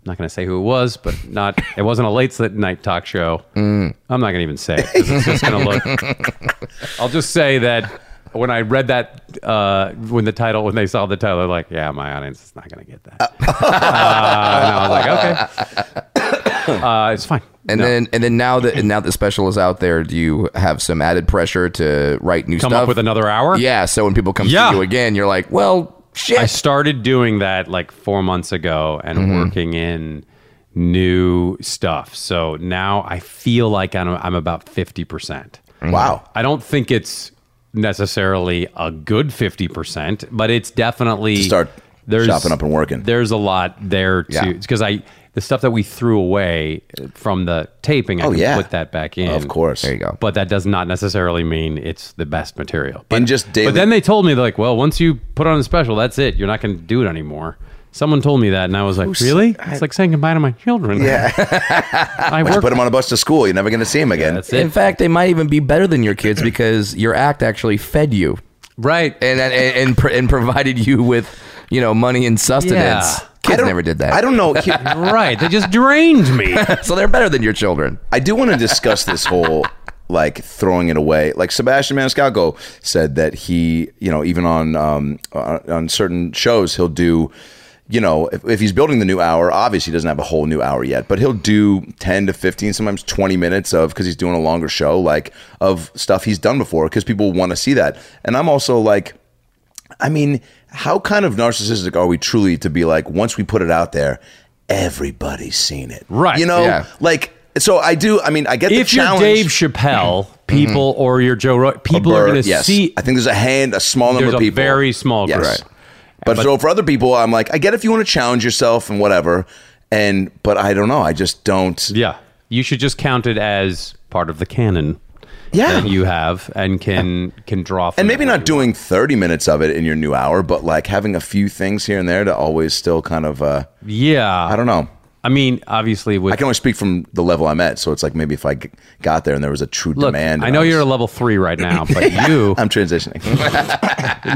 F: I'm not going to say who it was, but not it wasn't a late night talk show.
C: Mm.
F: I'm not going to even say it 'cause it's just going to
C: [LAUGHS]
F: look. I'll just say that when I read that, uh, when the title, when they saw the title, they're like, "Yeah, my audience is not going to get that." uh, [LAUGHS] and I was like, "Okay,
C: [COUGHS]
F: uh, it's fine."
C: And
F: No.
C: then and then now that and now that the special is out there, do you have some added pressure to write new
F: come
C: stuff?
F: up with another hour.
C: Yeah, so when people come
F: Yeah.
C: see you again, you're like, well, shit.
F: I started doing that like four months ago and
B: Mm-hmm.
F: working in new stuff. So now I feel like I'm, I'm about 50%.
B: Wow.
F: I don't think it's necessarily a good 50%, but it's definitely.
B: To start chopping up and working.
F: There's a lot there too.
C: Yeah.
F: Because I. The stuff that we threw away from the taping, I
B: Oh,
F: can
B: yeah.
F: put that back in.
B: Of course.
C: there you go.
F: But that does not necessarily mean it's the best material. But,
B: And just daily-
F: But then they told me, like, well, once you put on a special, that's it. You're not going to do it anymore. Someone told me that, and I was like, really? it's like saying goodbye to my children. Yeah.
B: [LAUGHS]
F: [LAUGHS] I
B: You
F: work.
B: put him on a bus to school. You're never going to see him again.
F: That's
C: In
F: it.
C: fact, they might even be better than your kids because your act actually fed you
F: Right.
C: and and and, pro- and provided you with you know money and sustenance.
F: Yeah.
C: Kids
B: don't-
C: never did that.
B: I don't know. Here-
F: right. They just drained
B: [LAUGHS]
F: me.
C: [LAUGHS] So they're better than your children.
B: I do want to discuss this whole like throwing it away. Like Sebastian Maniscalco said that he, you know, even on um, on on certain shows, he'll do. You know, if, if he's building the new hour, obviously he doesn't have a whole new hour yet, but he'll do 10 to 15, sometimes 20 minutes of, because he's doing a longer show, like of stuff he's done before, because people want to see that. And I'm also like, I mean, how kind of narcissistic are we truly to be like, once we put it out there, everybody's seen it?
F: Right.
B: You know,
C: Yeah.
B: like, so I do, I mean, I get the
F: if you're
B: challenge.
F: Dave Chappelle, people, or you're Joe Rogan, people are
B: Burr,
F: going to
B: yes.
F: see.
B: I think there's a hand, a small number
F: There's
B: of
F: a
B: people.
F: very small
B: Yes.
F: group.
B: But, so for other people, I'm like, I get if you want to challenge yourself and whatever, and, but I don't know. I just don't.
F: Yeah. You should just count it as part of the canon.
B: Yeah.
F: That you have and can can draw from
B: And
F: it
B: maybe
F: what
B: not
F: you
B: doing 30 minutes of it in your new hour, but like having a few things here and there to always still kind of, uh,
F: Yeah,
B: I don't know.
F: I mean, obviously, with
B: I can only speak from the level I'm at. So it's like maybe if I g- got there and there was a true
F: look,
B: demand.
F: I know
B: was-
F: you're a level three
C: [LAUGHS]
F: right now, but you
B: [LAUGHS] I'm transitioning.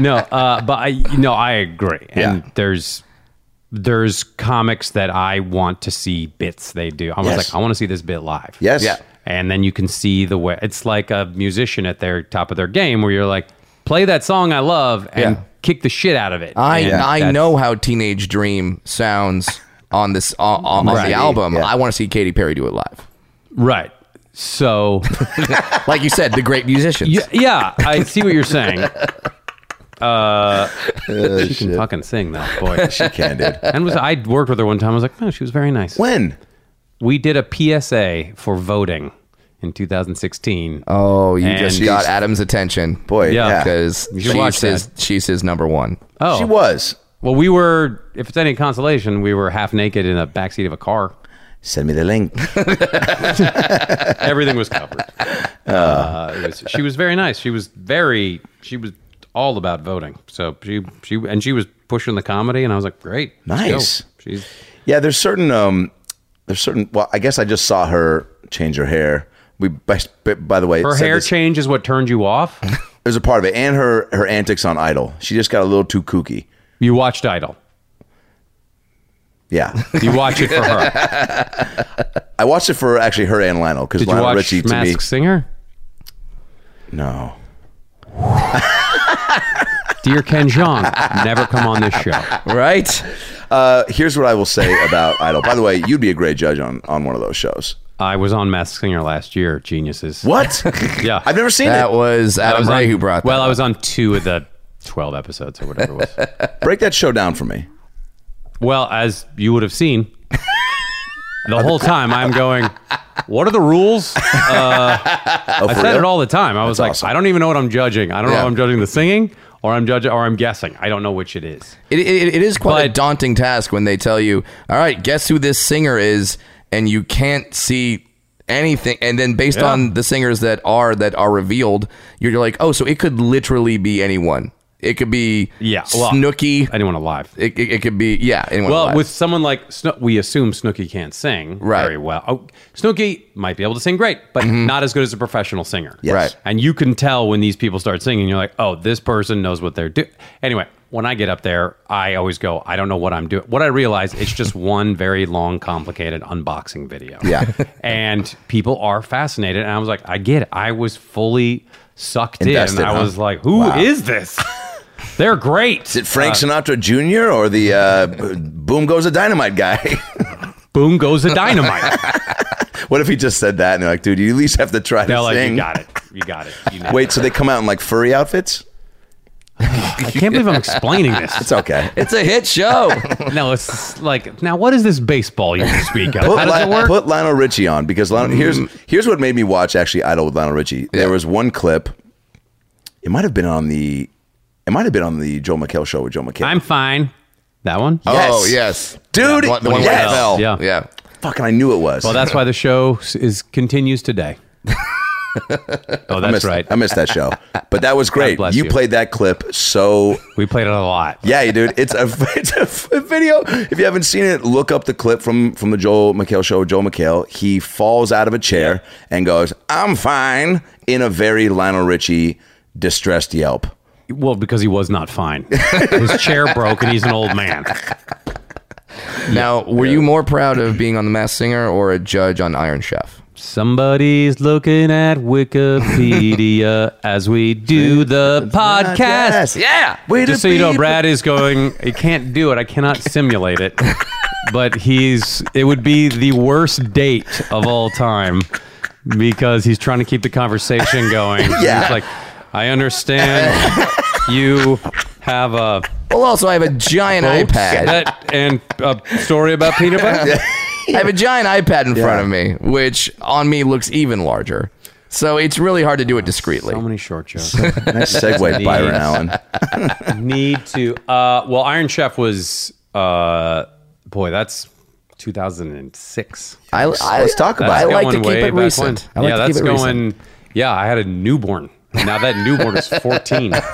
B: [LAUGHS]
F: no, uh, but I no, I agree. And there's there's comics that I want to see bits they do. I was
B: Yes.
F: like, I want to see this bit live.
B: Yes. Yeah.
F: and then you can see the way it's like a musician at their top of their game, where you're like, play that song I love and
C: Yeah.
F: kick the shit out of it.
C: I
F: And
C: I
F: that's-
C: know how Teenage Dream sounds on this on, on
F: Right.
C: the album.
B: Yeah.
C: I want to see Katy Perry do it live.
F: right.
C: [LAUGHS]
F: So
C: Like you said, the great musicians.
F: yeah, yeah, I see what you're
C: [LAUGHS]
F: saying.
C: Oh,
F: Uh, she can fucking sing that boy.
B: she can, dude.
F: And was I worked with her one time. I was like, no, she was very nice.
B: When?
F: We did a PSA for voting in 2016.
C: Oh, you just
F: And-
C: got Adam's attention,
B: Boy, Yeah. yeah.
C: because
F: should
C: she
F: watch
C: says she's his number one.
F: Oh.
B: She was.
F: well, we were. If it's any consolation, we were half naked in a backseat of a car.
B: Send me the
F: [LAUGHS]
B: link.
F: Everything
B: [LAUGHS]
F: was covered. Uh, it was, she was very nice. She was very. She was all about voting. So she she and she was pushing the comedy, and I was like, great, let's go.
B: Nice.
F: She's
B: Yeah, there's certain um, there's certain. Well, I guess I just saw her change her hair. We by, by the way,
F: her
B: said
F: hair
B: this-
F: change is what turned
B: [LAUGHS]
F: you off.
B: It was a part of it, and her her antics on Idol. She just got a little too kooky.
F: you watched Idol. [LAUGHS]
B: Yeah,
F: You watch it
B: [LAUGHS]
F: for her.
B: I watched it for actually her and Lionel because
F: Did you
B: Lionel
F: watch
B: Richie to
F: Masked
B: me.
F: Singer?
B: No,
F: Dear Ken Jeong, never come on this show.
C: Right?
B: Uh, here's what I will say about Idol. By the way, you'd be a great judge on, on one of those shows.
F: I was on Masked Singer last year. Geniuses.
B: What?
F: [LAUGHS] Yeah.
B: I've never seen
C: That
B: it.
C: was
F: I
C: Adam
F: was
C: Ray
F: on-
C: who brought that.
F: Well, I
C: up.
F: was on two of the twelve episodes or whatever it
C: [LAUGHS]
F: was.
B: Break that show down for me.
F: Well, as you would
C: [LAUGHS]
F: have seen, the whole time I'm going, what are
C: [LAUGHS]
F: the rules? Uh,
B: Oh,
F: I said it all the time. I was like,
B: awesome.
F: I don't even know what I'm judging. I don't know
C: Yeah.
F: if I'm judging the singing or I'm judging or I'm guessing. I don't know which it is.
C: It, it, it is quite a
F: But-
C: daunting task when they tell you, "All right, guess who this singer is," and you can't see anything. And then based
F: Yeah.
C: on the singers that are that are revealed, you're like, "Oh, so it could literally be anyone. It could be
F: Yeah, well,
C: Snooki.
F: Anyone alive?
C: It, it, it could be yeah, anyone.
F: Well,
C: alive.
F: with someone like Sno- we assume Snooky can't sing
C: Right.
F: very well. Oh, Snooky might be able to sing great, but
B: Mm-hmm.
F: not as good as a professional singer.
C: Right.
F: And you can tell when these people start singing, you're like, oh, this person knows what they're doing. Anyway, when I get up there, I always go, I don't know what I'm doing. What I realize, it's just [LAUGHS] one very long, complicated unboxing video.
B: Yeah.
F: [LAUGHS] and people are fascinated. And I was like, I get it. I was fully sucked
B: Invested,
F: in. I
B: huh?
F: was like, "Who is this? [LAUGHS] They're great.
B: Is it Frank Sinatra Jr. or the uh, Boom Goes the Dynamite guy? [LAUGHS]
F: Boom goes the dynamite.
B: what if he just said that and they're like, dude, you at least have to try to
F: They're like,
B: sing.
F: you got it. You got it. You know.
B: Wait, so they come out in like furry outfits?
F: I
B: [LAUGHS]
F: can't believe I'm explaining this.
B: It's
F: [LAUGHS]
B: okay.
C: it's a hit show.
F: No, it's like, now what is this baseball you speak of?
B: Put,
F: How does
B: Li-
F: it work? Mm.
B: put Lionel Richie on because Lionel, here's here's what made me watch actually Idol with Lionel Richie. There was one clip. It might have been on the, it might have been on the Joe McHale show with Joe McHale.
F: I'm fine. That one?
C: [LAUGHS] Oh yes,
B: Dude,
C: The one, the one
B: yes.
C: with the bell.
F: Yeah.
C: yeah.
B: Fucking, I knew it was.
F: Well, that's why the show s- is continues
B: [LAUGHS]
F: today. Oh,
B: I
F: that's
B: missed,
F: right.
B: I missed that show, but that [LAUGHS] was great.
F: bless
B: You,
F: you.
B: played that clip so
F: We played it a lot.
B: yeah, you dude. It's a [LAUGHS] it's a f- video. If you haven't seen it, look up the clip from from the Joel McHale show. with Joel McHale. He falls out of a chair and goes, "I'm fine," in a very Lionel Richie distressed yelp.
F: Well, because he was not fine. His chair broke and he's an old man.
C: Now, were you more proud of being on The Masked Singer or a judge on Iron Chef?
F: Somebody's looking at Wikipedia as
B: [LAUGHS]
F: we do the podcast.
C: Yeah.
B: Way to
F: Just so you know,
B: be-
F: Brad is going. He can't do it. I cannot
B: [LAUGHS]
F: simulate it. But he's. It would be the worst date of all time because he's trying to keep the
B: [LAUGHS]
F: conversation going.
B: Yeah.
F: He's like,
B: [LAUGHS]
F: I understand you have a
C: Well, also I have a giant iPad.
F: that and a story about peanut butter.
C: I have a giant iPad in front of me, which on me looks even larger. So it's really hard to do it discreetly.
F: So many short jokes. [LAUGHS]
B: Nice segue, Byron
F: Jeez.
B: Allen.
F: Need to. Uh, well, Iron Chef was. Uh, boy, that's 2006.
C: I, I,
B: Let's talk about
C: I
B: it.
F: That's
C: like to
F: going
C: keep
F: way
C: it
F: back
C: recent. I like
F: when. yeah,
C: to keep
F: that's
C: it recent.
F: going. Yeah, I had a newborn. Now that newborn
C: [LAUGHS]
F: is 14.
C: talk-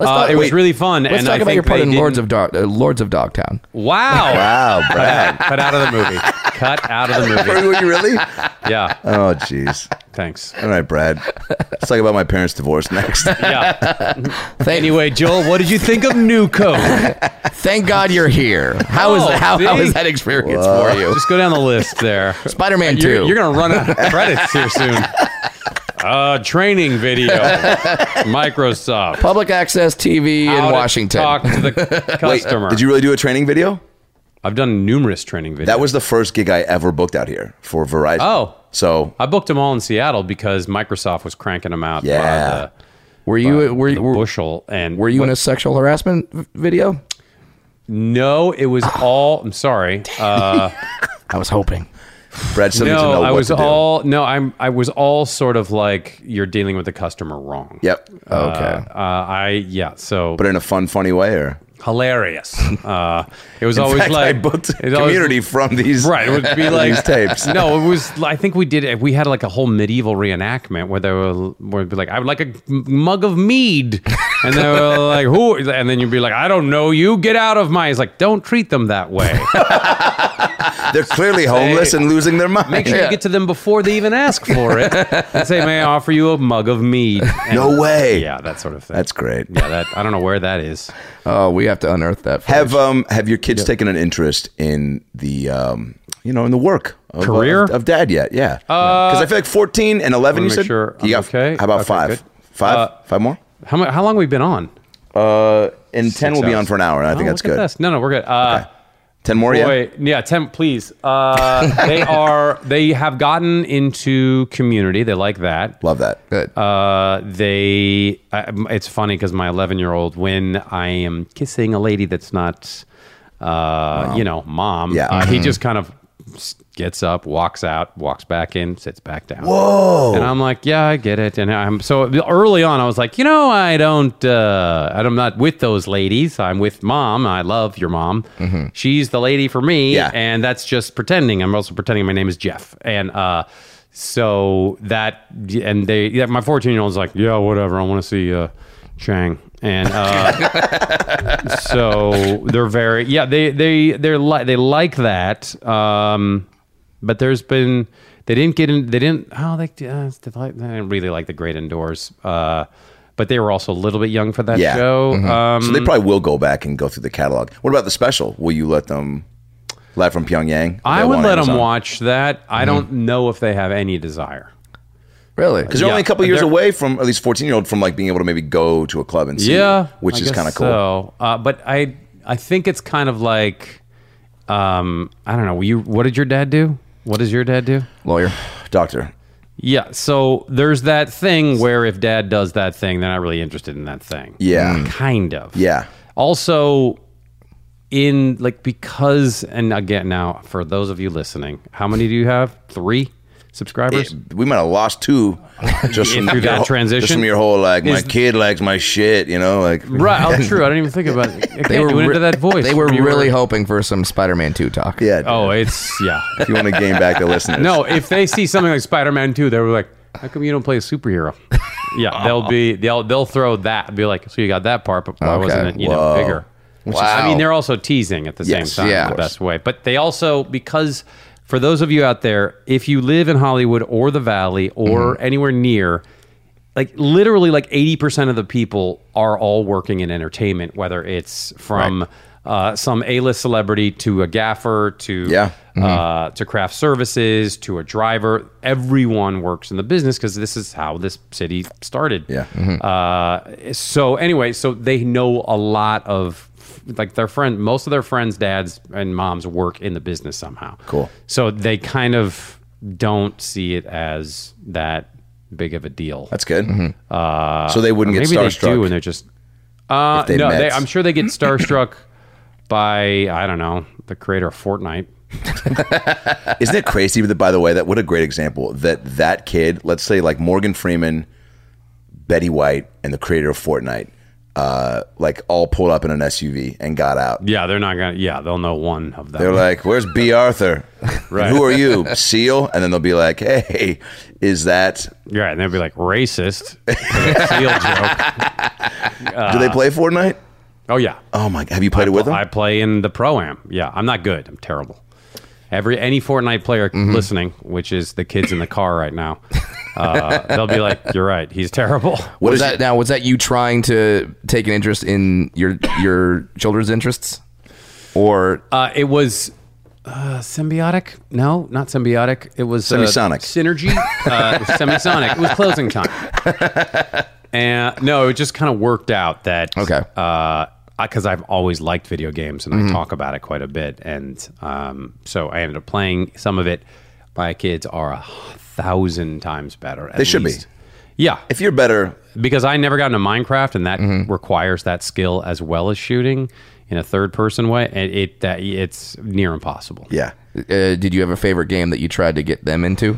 F: uh, it was
C: wait.
F: really fun.
C: Let's
F: and
C: talk
F: I
C: about
F: think
C: your part
F: they
C: in Lords
F: didn't-
C: of, Dog, uh, Lords of Dogtown. [LAUGHS]
F: Wow.
B: Wow, Brad.
F: Cut out of the movie. Cut out of
C: [LAUGHS]
F: the
B: [LAUGHS]
F: movie.
B: Were you really?
F: Yeah.
B: Oh, jeez.
F: Thanks.
B: All right, Brad. Let's talk about my parents' divorce [LAUGHS] next.
F: Yeah. Anyway, Joel, what did you think of New Code? [LAUGHS]
C: Thank God you're here. How is
F: Oh,
C: how, how
F: see?
C: is that experience for you?
F: Just go down the list
C: [LAUGHS]
F: there.
C: Spider-Man
F: You're,
C: 2.
F: you're gonna run
C: [LAUGHS]
F: out of credits here soon. Uh, training video, Microsoft.
C: Public access TV
F: How
C: in
F: to
C: Washington.
F: Talk
C: [LAUGHS]
F: to the customer.
B: Did you really do a training video?
F: I've done numerous training videos.
B: That was the first gig I ever booked out here for Verizon.
F: Oh.
B: So
F: I booked them all in Seattle because Microsoft was cranking them out. by
B: Yeah.
C: Were you were
F: the, the
C: you were,
F: bushel and
C: were you in a sexual harassment v- video?
F: no? It
B: Ah.
F: was all. I'm sorry. Uh,
C: I was hoping.
B: Brad still needs to know
F: no, I
B: what
F: was
B: to do.
F: all no. I'm I was all sort of like you're dealing with the customer wrong.
B: Yep.
C: Okay.
F: Uh, I yeah. So
B: but in a fun, funny way, or [LAUGHS]
F: hilarious. Uh, it was
B: in
F: always
B: fact,
F: like
B: I booked
F: it always-
B: community from these.
F: Right, it would be like
B: [LAUGHS] these tapes.
F: No, it was. I think we did. it. We had like a whole medieval reenactment where they were, where it'd be like, "I would like a mug of mead," and
B: [LAUGHS]
F: they were like, "Who?" And then you'd be like, "I don't know you. Get out of my." He's like, "Don't treat them
B: [LAUGHS]
F: that way.
B: They're clearly homeless and losing their mind.
F: Make sure you get to them before they even ask for it." And say, "May I offer you a mug of mead?"
B: [LAUGHS] [LAUGHS]
F: And-
B: No way.
F: Yeah, that sort of thing.
B: That's great.
F: yeah. That I don't know where that is.
C: Oh, we have to unearth that. footage.
B: Have um have your kids taken an interest in the um you know in the work of,
F: Career? Uh,
B: of, of dad yet? Yeah, because I feel like fourteen and eleven. You
F: Wanna make
B: said
F: sure
B: you
F: I'm
B: got
F: okay.
B: How about
F: Okay,
B: five?
F: good.
B: Five?
F: Uh,
B: five more?
F: How mu- How long have we been on?
B: And ten
F: Six
B: will be
F: hours.
B: on for an hour, and I think
F: Oh,
B: that's
F: look at
B: good.
F: this. No, no, we're good. Uh,
B: Ten more, yeah.
F: Boy, yeah, Tim, please. Uh, [LAUGHS] they are. They have gotten into community. They like that.
B: Love that.
C: Good.
F: Uh, they. I, it's funny because my 11 year old, when I am kissing a lady that's not, uh, you know, mom,
B: Yeah.
F: uh, he just kind of s- gets up, walks out, walks back in, sits back down. Whoa! And I'm like, yeah, I get it. And I'm so early on, I was like, you know, I don't, uh, I'm not with those ladies. I'm with mom. I love your mom. She's the lady for me.
B: Yeah.
F: And that's just pretending. I'm also pretending my name is Jeff. And uh, so that, and they, yeah, my 14 year old's like, yeah, whatever. I want to see uh, Chang. And uh, so they're very, yeah, they, they, they're like, they like that. Um, but there's been, they didn't get in, they didn't, oh, they, uh, they like- they didn't really like the great indoors. Uh, but they were also a little bit young for that
B: Yeah.
F: show. Um,
B: So they probably will go back and go through the catalog. What about the special? Will you let them? Live from Pyongyang.
F: I would let them
B: watch.
F: watch that. I
B: Mm-hmm.
F: don't know if they have any desire.
C: Really?
B: Because you're only a
F: Yeah.
B: couple years
F: They're-
B: away from at least 14 year old from like being able to maybe go to a club and see,
F: yeah,
B: which
F: I
B: is
F: guess
B: kind of cool.
F: So, uh, but I I think it's kind of like um, I don't know. You what did your dad do? What does your dad do?
C: Lawyer.
B: Doctor,
F: Yeah, so there's that thing where if dad does that thing, they're not really interested in that thing.
B: Yeah. Mm.
F: kind of.
B: yeah,
F: Also, in like because and again now for those of you listening, how many do you have? Three
B: [LAUGHS]
F: subscribers.
B: we might have lost
F: [LAUGHS]
B: two just from your
F: Through that
B: whole-
F: transition?
B: Just from your whole like my
F: Is-
B: kid likes my shit, you know, like
F: Right, oh, true. I didn't even think about it. They were
C: re-
F: into that voice.
C: They were
F: You
C: really hoping for some Spider-Man 2 talk.
B: [LAUGHS] yeah. dude.
F: Oh, it's yeah.
B: if you want to gain back the listeners,
F: [LAUGHS] No, if they see something like Spider-Man 2, they were like, "How come you don't play a superhero?" Yeah, they'll be they'll they'll throw that be like, "So you got that part, but why
C: Okay.
F: wasn't it you know
B: Whoa.
F: bigger?" Which is, I
C: Wow.
F: mean, they're also teasing at the
B: Yes,
F: same time
C: yeah.
F: the best way, but they also because for those of you out there, if you live in Hollywood or the Valley or anywhere near. Like literally, like eighty percent of the people are all working in entertainment, whether it's from uh, some A-list celebrity to a gaffer to
B: Yeah.
F: uh, to craft services, to a driver. Everyone works in the business because this is how this city started.
B: Yeah.
F: Uh, so anyway, so they know a lot of like their friend. Most of their friends' dads and moms work in the business somehow.
B: Cool.
F: So they kind of don't see it as that big of a deal.
B: that's good. Uh, so they wouldn't get
F: Mm-hmm. Maybe they do,
B: starstruck.
F: and they're just. Uh,
B: they
F: no,
B: met.
F: they, I'm sure they get starstruck by I don't know the creator of Fortnite.
B: Isn't it crazy that by the way that what a great example that that kid, let's say like Morgan Freeman, Betty White, and the creator of Fortnite, uh, like all pulled up in an SUV and got out.
F: Yeah, they're not gonna. Yeah, they'll know one of them.
B: They're like, "Where's B.
F: [LAUGHS]
B: Arthur? right. Who are you, Seal?" And then they'll be like, "Hey, is that?
F: Yeah, and they'd be like racist. [LAUGHS] Seal joke.
B: do they play Fortnite?
F: Oh yeah,
B: Oh my! Have you played it with them?
F: Uh, I play in the pro am. Yeah, I'm not good. I'm terrible. Every any Fortnite player listening, which is the kids in the car right now, uh, they'll be like, "You're right. He's terrible." [LAUGHS]
B: what
C: Was
B: is
C: that now? Was that you trying to take an interest in your your children's interests, or
F: Uh, it was uh, symbiotic. No, not symbiotic. It was uh,
B: Semisonic.
F: synergy. Uh, semisonic. It was closing time. And no, it just kind of worked out that
C: Okay.
F: because I've always liked video games and
B: Mm-hmm.
F: I talk about it quite a bit, and um, so I ended up playing some of it. My kids are a thousand times better.
B: They should be.
F: be. Yeah,
B: if you're better,
F: because I never got into Minecraft, and that
B: Mm-hmm.
F: requires that skill as well as shooting in a third person way. And it that it's near impossible.
B: yeah.
C: uh, did you have a favorite game that you tried to get them into?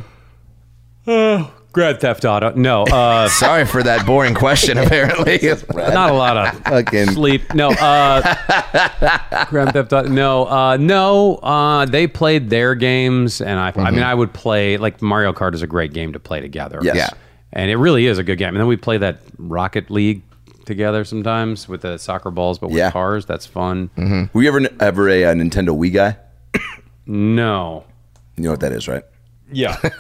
F: Grand Theft Auto. No, uh,
C: Sorry for that boring question. [LAUGHS] Apparently,
F: not a
B: [LAUGHS]
F: lot of
B: Fucking-
F: sleep.
B: [LAUGHS]
F: No, uh, Grand Theft Auto. No, uh, no. Uh, they played their games, and I. I mean, I would play like Mario Kart is a great game to play together.
B: Mm-hmm. Yes. Yeah.
F: and it really is a good game. And then we play that Rocket League together sometimes with the soccer balls, but with
B: Yeah. Mm-hmm.
F: cars. That's fun.
B: Were you ever ever a, uh Nintendo Wii guy?
F: No.
B: You know what that is, right?
F: Yeah. [LAUGHS]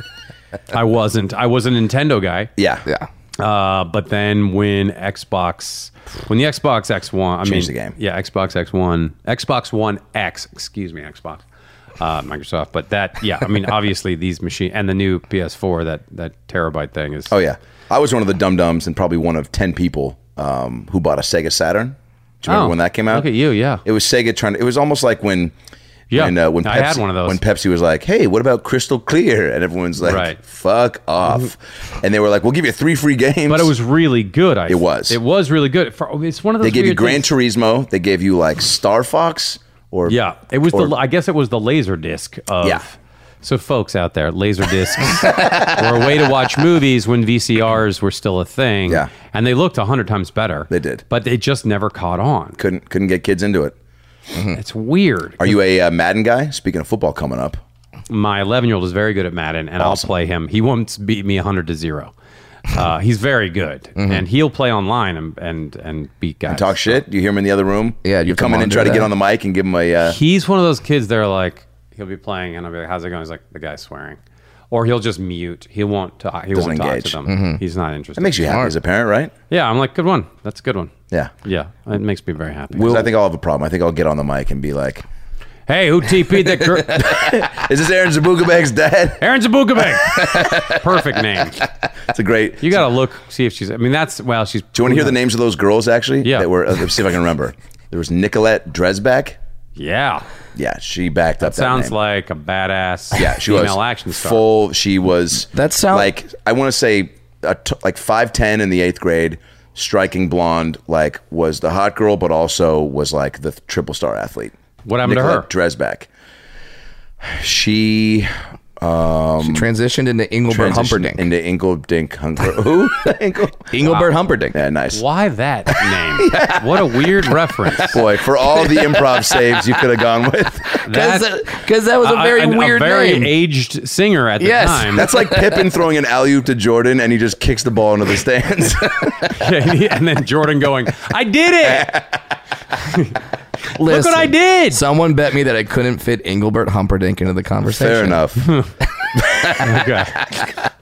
F: I wasn't. I was a Nintendo guy.
B: Yeah,
C: yeah.
F: Uh, but then when Xbox, when the Xbox X One, I
B: Changed
F: mean,
B: the game.
F: Yeah, Xbox X One, Xbox One X, excuse me, Xbox, uh, Microsoft. But that, yeah, I mean, obviously these machine and the new PS4, that that terabyte thing is.
B: Oh yeah. I was one of the dum dums and probably one of ten people um, who bought a Sega Saturn. Do you remember
F: Oh,
B: when that came out?
F: Look at you, yeah.
B: It was Sega trying. To, it was almost like when
F: Yeah,
B: And uh, when Pepsi,
F: I had one of those.
B: When Pepsi was like, "Hey, what about Crystal Clear?" and everyone's like,
F: Right. Mm-hmm.
B: "Fuck off," and they were like, "We'll give you three free games."
F: but it was really good. I it
B: was.
F: It was really good. For- It's one of those.
B: They gave you
F: weird
B: Gran
F: things-
B: Turismo. They gave you like Star Fox or
F: Yeah, it was
B: or-
F: the. I guess it was the laser disc of.
B: Yeah.
F: So, folks out there, laser discs [LAUGHS] were a way to watch movies when VCRs were still a thing.
B: Yeah.
F: and they looked a hundred times better.
B: They did.
F: but they just never caught on.
B: couldn't couldn't get kids into it.
F: It's weird.
B: Hmm. Are you a uh, Madden guy? Speaking of football coming up,
F: My eleven-year-old is very good at Madden, and
B: Awesome.
F: I'll play him. He won't beat me hundred to zero. Uh, he's very good, and he'll play online and and, and beat guys.
B: Mm-hmm. talk shit. You hear him in the other room.
C: Yeah,
B: you
C: you
B: come
C: come
B: in
C: on,
B: and
C: do
B: try to
C: that.
B: get on the mic and give him a. Uh,
F: he's one of those kids that are like he'll be playing and I'll be like, "How's it going?" He's like, "The guy's swearing," or he'll just mute. He won't. Talk, he
B: Doesn't
F: won't
B: engage.
F: talk to them. He's not interested.
B: that makes you happy as a parent, right?
F: Yeah, I'm like, good one. That's a good one.
B: Yeah.
F: Yeah, it makes me very happy.
B: 'Cause I think I'll have a problem. I think I'll get on the mic and be like,
F: hey, who TP'd that girl? [LAUGHS]
B: "Is this Aaron Zabugabag's dad?" [LAUGHS]
F: Aaron Zabukabeg. Perfect name.
B: It's a great.
F: You got to look, see if she's. I mean, that's well, she's.
B: Do you want to hear the names of those girls actually?
F: Yeah.
B: That were. uh, Let's see if I can remember. There was Nicolette Dresback.
F: Yeah,
B: Yeah, she backed up. That
F: sounds
B: name.
F: like a badass.
B: Yeah, she
F: female
B: was
F: action star.
B: full. She was
C: That sound-
B: like I want to say a t- like five ten in the eighth grade, striking blonde. Like was the hot girl, but also was like the triple star athlete.
F: What happened to
B: Nicolette
F: her?
B: Dresback. She
C: She transitioned into Engelbert
B: transitioned
C: Humperdinck.
B: into Ingeldink
C: [LAUGHS]
B: Hunker. Who? [LAUGHS] Ingle-
C: Engelbert Humperdinck.
B: yeah, nice. [LAUGHS]
F: Why that name? What a weird reference.
B: Boy, for all the improv saves you could have gone with.
C: Because uh, that was a very
F: an-
C: weird
F: a very
C: name.
F: aged singer at the
C: Yes.
F: time.
B: That's like Pippen throwing an alley oop to Jordan, and he just kicks the ball into the
C: [LAUGHS]
B: stands.
F: and then Jordan going, I did
B: [LAUGHS]
F: it.
C: Listen,
F: I did!
C: Someone bet me that I couldn't fit Engelbert Humperdinck into the conversation.
B: Fair enough.
C: [LAUGHS]
F: Okay.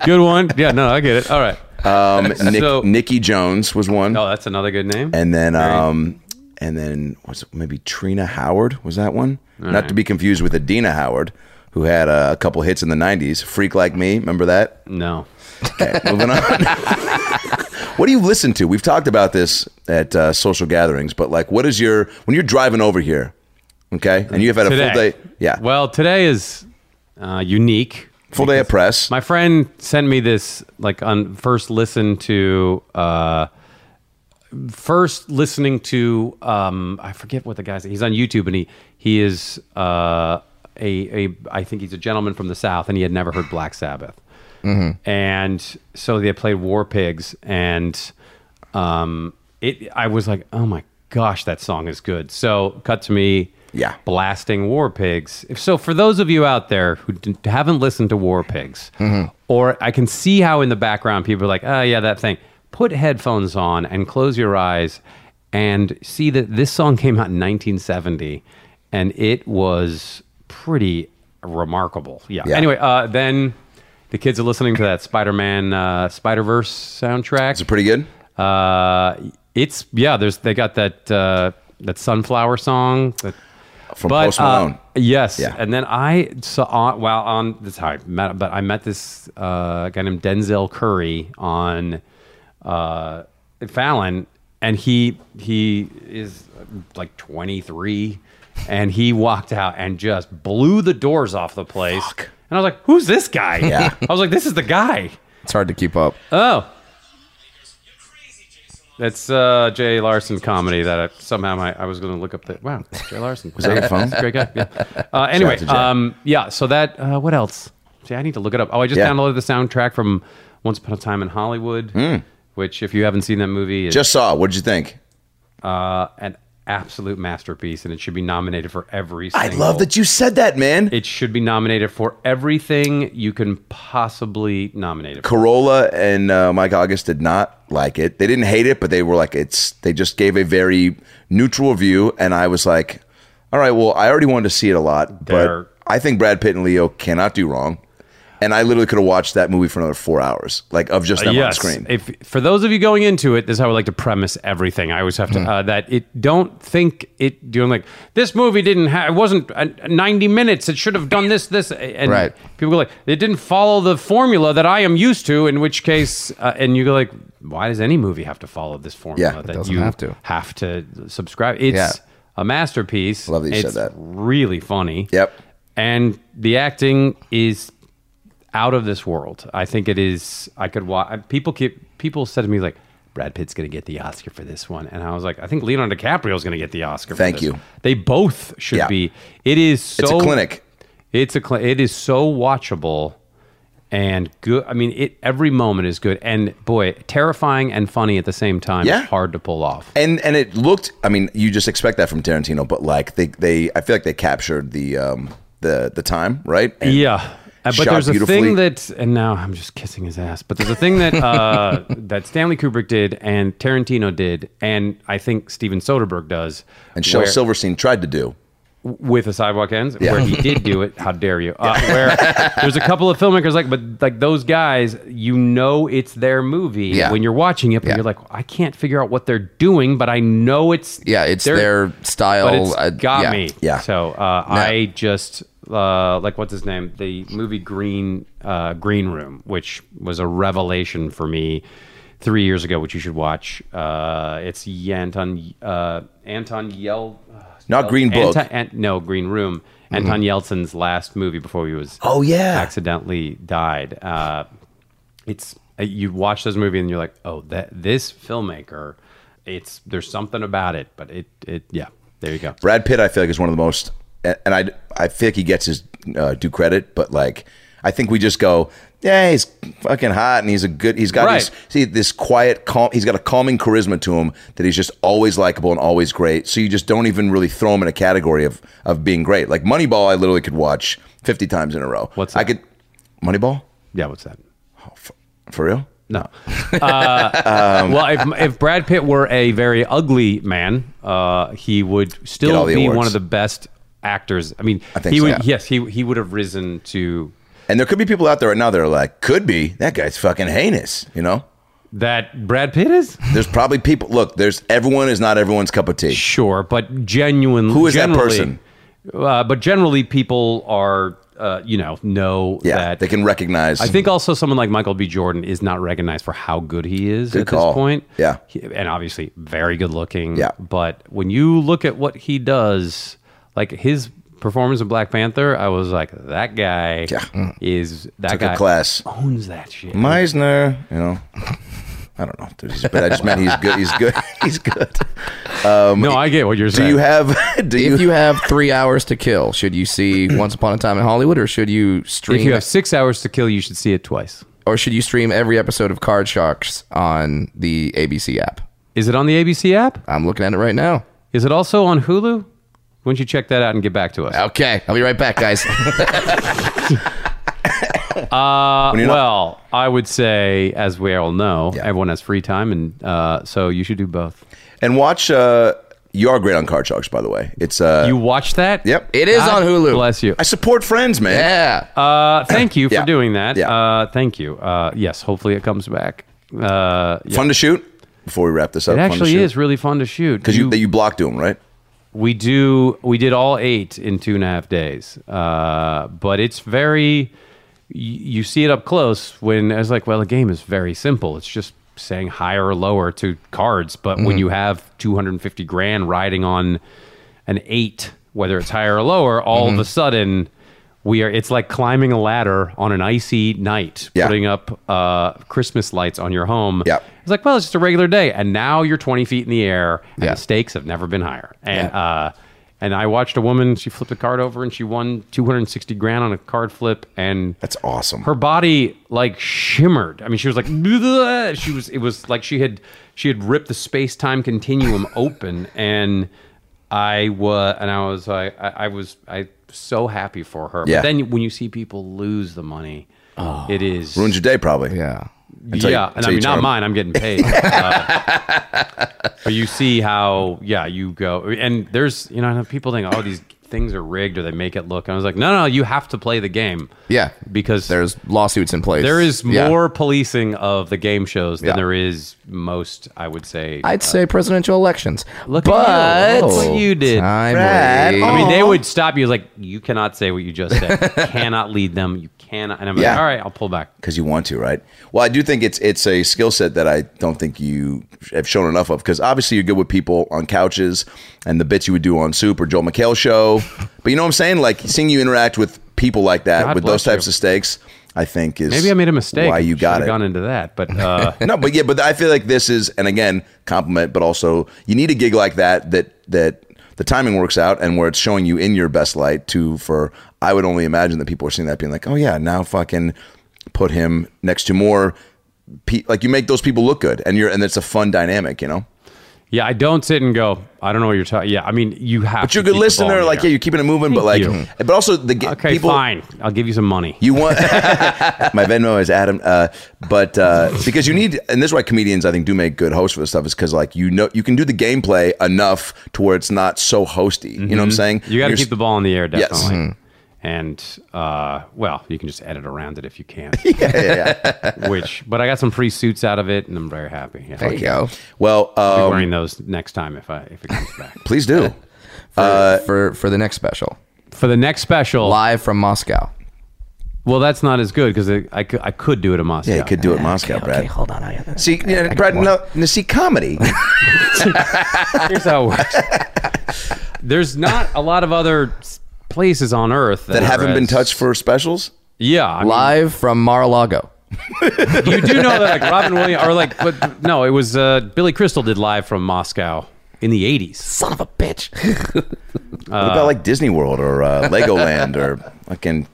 F: Good one. Yeah, no, I get it. All right.
B: Um, Nick,
F: So-
B: Nikki Jones was one.
F: Oh, that's another good name.
B: and then um and then was it maybe Trina Howard was that one? Not to be confused with Adina Howard, who had uh, a couple hits in the '90s. Freak like me, remember that?
F: no.
B: Okay, moving [LAUGHS] on. what do you listen to? We've talked about this at uh, social gatherings, but like, what is your when you're driving over here? Okay, and you've had a
F: Today.
B: full day. Yeah,
F: Well, today is uh, unique.
B: full day of press.
F: My friend sent me this like on first listen to uh, first listening to um, I forget what the guy's he's on YouTube and he he is uh, a a I think he's a gentleman from the South and he had never heard Black Sabbath and so they played War Pigs and um, it I was like oh my gosh that song is good so cut to me
B: Yeah.
F: blasting War Pigs. If so, for those of you out there who d- haven't listened to War Pigs, or I can see how in the background people are like, oh, yeah, that thing. Put headphones on and close your eyes and see that this song came out in 1970 and it was pretty remarkable. Yeah.
B: Yeah.
F: Anyway, uh, then the kids are listening to that Spider Man uh, Spider Verse soundtrack.
B: Is it pretty good?
F: Uh, it's yeah. There's they got that uh, that sunflower song. That,
B: From
F: but,
B: Post
F: uh,
B: Malone.
F: yes.
B: Yeah.
F: And then I saw on, well on this how I met, but I met this uh, guy named Denzel Curry on uh, Fallon, and he he is uh, like 23, and he walked out and just blew the doors off the place. And I was like, "Who's this guy?" Yeah. [LAUGHS] I was like, "This is the guy."
C: It's hard to keep up.
F: Oh. That's uh, Jay Larson comedy that I, somehow my, I was going to look up. That wow, Jay Larson was
B: that your phone?
F: Great guy. Yeah. Uh, anyway,
B: to Jay.
F: um, yeah. So that uh, what else? See, I need to look it up. Oh, I just
B: Yeah.
F: downloaded the soundtrack from Once Upon a Time in Hollywood, which if you haven't seen that movie, is
B: Hmm. Just saw. it. What'd you think?
F: uh, an absolute masterpiece, and it should be nominated for every.
B: I love that you said that, man.
F: It should be nominated for everything you can possibly nominate it. For.
B: Corolla and uh, Mike August did not like it. They didn't hate it, but they were like, it's. They just gave a very neutral view, and I was like, all right, well, I already wanted to see it a lot,
F: They're-
B: but I think Brad Pitt and Leo cannot do wrong. And I literally could have watched that movie for another four hours, like of
F: Uh,
B: just them on screen.
F: If for those of you going into it, this is how I like to premise everything. I always have
B: Hmm.
F: to uh, that it don't think it doing like this movie didn't have it wasn't uh, ninety minutes. It should have done this this and
C: Right.
F: people go like it didn't follow the formula that I am used to. In which case, uh, and you go like, why does any movie have to follow this formula
B: Yeah, it
F: that
C: doesn't
F: you
C: have to.
F: have to subscribe? It's
C: Yeah.
F: a masterpiece.
B: Love that you said
F: It's
B: that.
F: Really funny.
B: Yep.
F: And the acting is out of this world. I think it is. I could watch. People keep people said to me like, "Brad Pitt's going to get the Oscar for this one," and I was like, "I think Leonardo DiCaprio's going to get the Oscar."
B: Thank
F: for this
B: you.
F: one." They both should
B: Yeah.
F: be. It is. So,
B: It's a clinic.
F: It's a cl- it is so watchable and good. I mean, it every moment is good and boy, terrifying and funny at the same time.
B: Yeah.
F: hard to pull off.
B: And and it looked. I mean, you just expect that from Tarantino, but like they they, I feel like they captured the um the the time right. And
F: yeah. Uh, But
B: shot
F: there's a
B: beautifully.
F: thing that, and now I'm just kissing his ass. But there's a thing that uh, that Stanley Kubrick did, and Tarantino did, and I think Steven Soderbergh does,
B: And Shel
F: where-
B: Silverstein tried to do.
F: with a sidewalk ends where he did do it. How dare you? Uh, where there's a couple of filmmakers like, but like those guys, you know, it's their movie
C: Yeah.
F: when you're watching it, but
C: Yeah.
F: you're like, I can't figure out what they're doing, but I know it's
C: Yeah, it's
F: their-
C: their style.
F: But it's
C: uh,
F: got
C: yeah.
F: me.
B: Oh, Yeah.
F: So uh, I just uh, like what's his name? The movie Green uh, Green Room, which was a revelation for me three years ago, which you should watch. Uh, it's Anton uh, Anton Yel. Oh,
B: Not Green Book. Mm-hmm.
F: Anton, Ant- no, Green Room. Anton Yeltsin's last movie before he was
B: Oh, yeah.
F: accidentally died. Uh, it's uh, you watch this movie and you're like, oh, that this filmmaker, it's there's something about it, but it it yeah, there you go.
B: Brad Pitt, I feel like is one of the most, and and I I feel like he gets his uh, due credit, but like I think we just go, yeah, he's fucking hot, and he's a good, he's got
F: Right.
B: this see this quiet calm, he's got a calming charisma to him that he's just always likable and always great. So you just don't even really throw him in a category of of being great. Like Moneyball, I literally could watch fifty times in a row.
F: What's
B: I
F: that?
B: could Moneyball
F: Yeah, what's that?
B: for real?
F: No. Uh,
B: Um,
F: well, if, if Brad Pitt were a very ugly man, uh, he would
B: Get
F: still
B: all the
F: be one
B: awards.
F: of the best actors. I mean,
B: think
F: he
B: so.
F: would.
B: Yeah.
F: Yes, he he would have risen to
B: And there could be people out there right now that are like, could be that guy's fucking heinous, you know.
F: that. Brad Pitt is
B: There's probably people. Look, there's everyone is not everyone's cup of tea.
F: sure, but genuinely,
B: Who is that
F: generally-
B: person?
F: Uh, but generally, people are uh, you know know
B: Yeah,
F: that
B: they can recognize.
F: I think also someone like Michael B. Jordan is not recognized for how good he is at
B: call.
F: this point.
B: Yeah.
F: He- and obviously very good looking.
B: Yeah.
F: But when you look at what he does, like his performance in Black Panther, I was like, that guy
B: Yeah. Mm.
F: is that Oh.
B: took
F: guy
B: a class.
F: owns that shit.
B: Meisner, you know. I don't know, There's- but I just meant he's good. He's good. [LAUGHS] He's good.
F: no, I get what you're
B: Do
F: saying.
B: you have? [LAUGHS] Do you?
C: If you have three hours to kill, should you see
F: [CLEARS THROAT]
C: Once Upon a Time in Hollywood, or should you stream,
F: if you have six hours to kill, you should see it twice.
C: or should you stream every episode of Card Sharks on the ABC app?
F: Is it on the ABC app?
C: I'm looking at it right now.
F: Is it also on Hulu? Why don't you check that out and get back to us?
C: Okay, I'll be right back,
F: [LAUGHS]
C: guys.
B: you're not-
F: well, I would say, as we all know, everyone has free time, and uh, so you should do both.
B: and watch. Uh, you are great on card sharks, by the way. It's. Uh,
F: You watch that?
B: Yep.
C: it is on Hulu.
F: Bless you.
B: I support friends, man.
C: Yeah.
F: Uh, thank you for
B: Yeah.
F: doing that.
B: Yeah.
F: Uh, thank you. Uh, yes, hopefully it comes back. Uh, yeah.
B: Fun to shoot. Before we wrap this up,
F: It
B: fun to
F: actually
B: shoot.
F: is really fun to shoot.
B: because you, that you blocked to him, right?
F: we do we did all eight in two and a half days uh, but it's very y- you see it up close when i was like well the game is very simple it's just saying higher or lower to cards but when you have 250 grand riding on an eight whether it's higher or lower all of a sudden we are it's like climbing a ladder on an icy night
B: Yeah.
F: putting up uh, christmas lights on your home
B: Yep.
F: it's like well it's just a regular day and now you're 20 feet in the air and
C: Yeah.
F: the stakes have never been higher and uh, and I watched a woman. She flipped a card over and she won 260 grand on a card flip. And
B: That's awesome.
F: her body like shimmered. I mean, she was like, "Bleh." she was. It was like she had she had ripped the space time continuum [LAUGHS] open. And I was, and I was like, I, I was, I so happy for her.
B: Yeah. Oh,
F: But then when you see people lose the money, it is
B: Ruins your day, probably.
C: yeah.
B: until you-
F: yeah, and I
B: until you
F: mean not
B: turn 'em.
F: mine. I'm
B: [LAUGHS]
F: getting paid. Uh, but you see how yeah you go, and there's you know I know people think oh these things are rigged or they make it look. And I was like, no, no, you have to play the game.
C: Yeah.
F: Because
C: There's lawsuits in place.
F: there is
C: Yeah.
F: more policing of the game shows than
C: Yeah.
F: there is most, I would say.
C: I'd say presidential elections.
F: uh, Look at
C: but
F: you. Look what you did.
C: Timely.
F: I mean,
B: Oh.
F: they would stop you like, you cannot say what you just said.
B: [LAUGHS]
F: you cannot lead them. You cannot. And I'm like,
B: Yeah.
F: all right, I'll pull back.
B: because you want to, right? Well, I do think it's it's a skill set that I don't think you have shown enough of because obviously you're good with people on couches and the bits you would do on Soup or Joel McHale show, but you know what I'm saying? Like seeing you interact with people like that
F: God
B: with those
F: bless
B: types
F: you.
B: of stakes, I think is
F: Maybe I made a mistake.
B: Why you
F: Should've
B: got it?
F: gone into
B: [LAUGHS]
F: that. But uh,
B: no, but yeah, but I feel like this is, and again, compliment, but also you need a gig like that that that the timing works out and where it's showing you in your best light too. For I would only imagine that people are seeing that being like, oh yeah, now fucking put him next to more, pe- like you make those people look good, and you're and it's a fun dynamic, you know.
F: yeah, I don't sit and go, I don't know what you're talking. Yeah, I mean, you have
B: But you're a good
F: to keep the ball in
B: listener,
F: the
B: like
F: air.
B: yeah, you're keeping it moving, but like,
F: Thank
B: but also the g-
F: Okay,
B: people,
F: fine. I'll give you some money.
B: You want [LAUGHS] my Venmo is Adam, uh, but uh, because you need, and this is why comedians I think do make good hosts for this stuff is because like you know you can do the gameplay enough to where it's not so hosty. You know what I'm saying?
F: Mm-hmm. You got to
B: You're-
F: keep the ball in the air,
B: Yes. Mm-hmm.
F: definitely. And uh, well, you can just edit around it if you
B: [LAUGHS]
F: can. [LAUGHS] Which, but I got some free suits out of it, and I'm very happy. Yeah.
C: There you go.
B: well.
F: I'll be
B: Um,
F: wearing those next time if I if it comes back [LAUGHS]
B: please do.
C: For,
F: Uh,
C: for for the next special,
F: for the next special.
C: live from Moscow.
F: Well, that's not as good because I could I could do it in Moscow.
B: Yeah, you could do it, in Moscow, Brad.
C: hold on. I got
B: See, yeah, Brad, no, no, see,
F: [LAUGHS]
B: comedy.
F: Here's how it works.
B: [LAUGHS]
F: There's not a lot of other s- places on Earth
B: that
F: are
B: haven't been
F: as-
B: touched for specials.
F: Yeah, I mean,
C: Live from Mar-a-Lago.
F: you do know that like Robin Williams or like but no, it was uh, Billy Crystal did live from Moscow in the 80s.
C: Son of a bitch.
B: what
F: Uh.
B: about like Disney World or uh, Legoland
F: [LAUGHS]
B: or fucking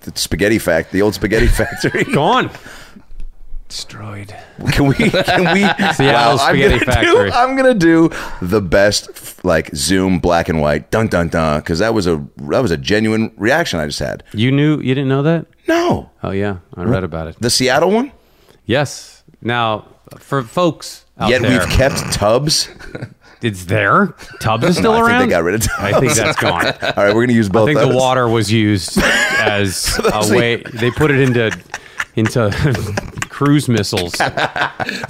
B: the Spaghetti Fact, the old Spaghetti [LAUGHS] Factory?
F: Gone. Destroyed.
B: Can we? Can we?
F: [LAUGHS]
B: I'm
F: Seattle Spaghetti
B: gonna
F: Factory.
B: Do, I'm gonna do the best f- like Zoom black and white dun dun dun because that was a that was a genuine reaction I just had.
F: You knew you didn't know that?
B: No,
F: Oh yeah, I read about it.
B: the Seattle one.
F: Yes. Now, for folks out
B: Yet
F: there,
B: we've kept Tubbs.
F: it's there. Tubbs is still
B: I
F: around.
B: think they got rid of Tubbs.
F: I think that's
B: [LAUGHS]
F: gone.
B: All right, we're gonna use both.
F: I think
B: those.
F: the water was used
B: [LAUGHS]
F: as a way. They put it into into [LAUGHS] cruise missiles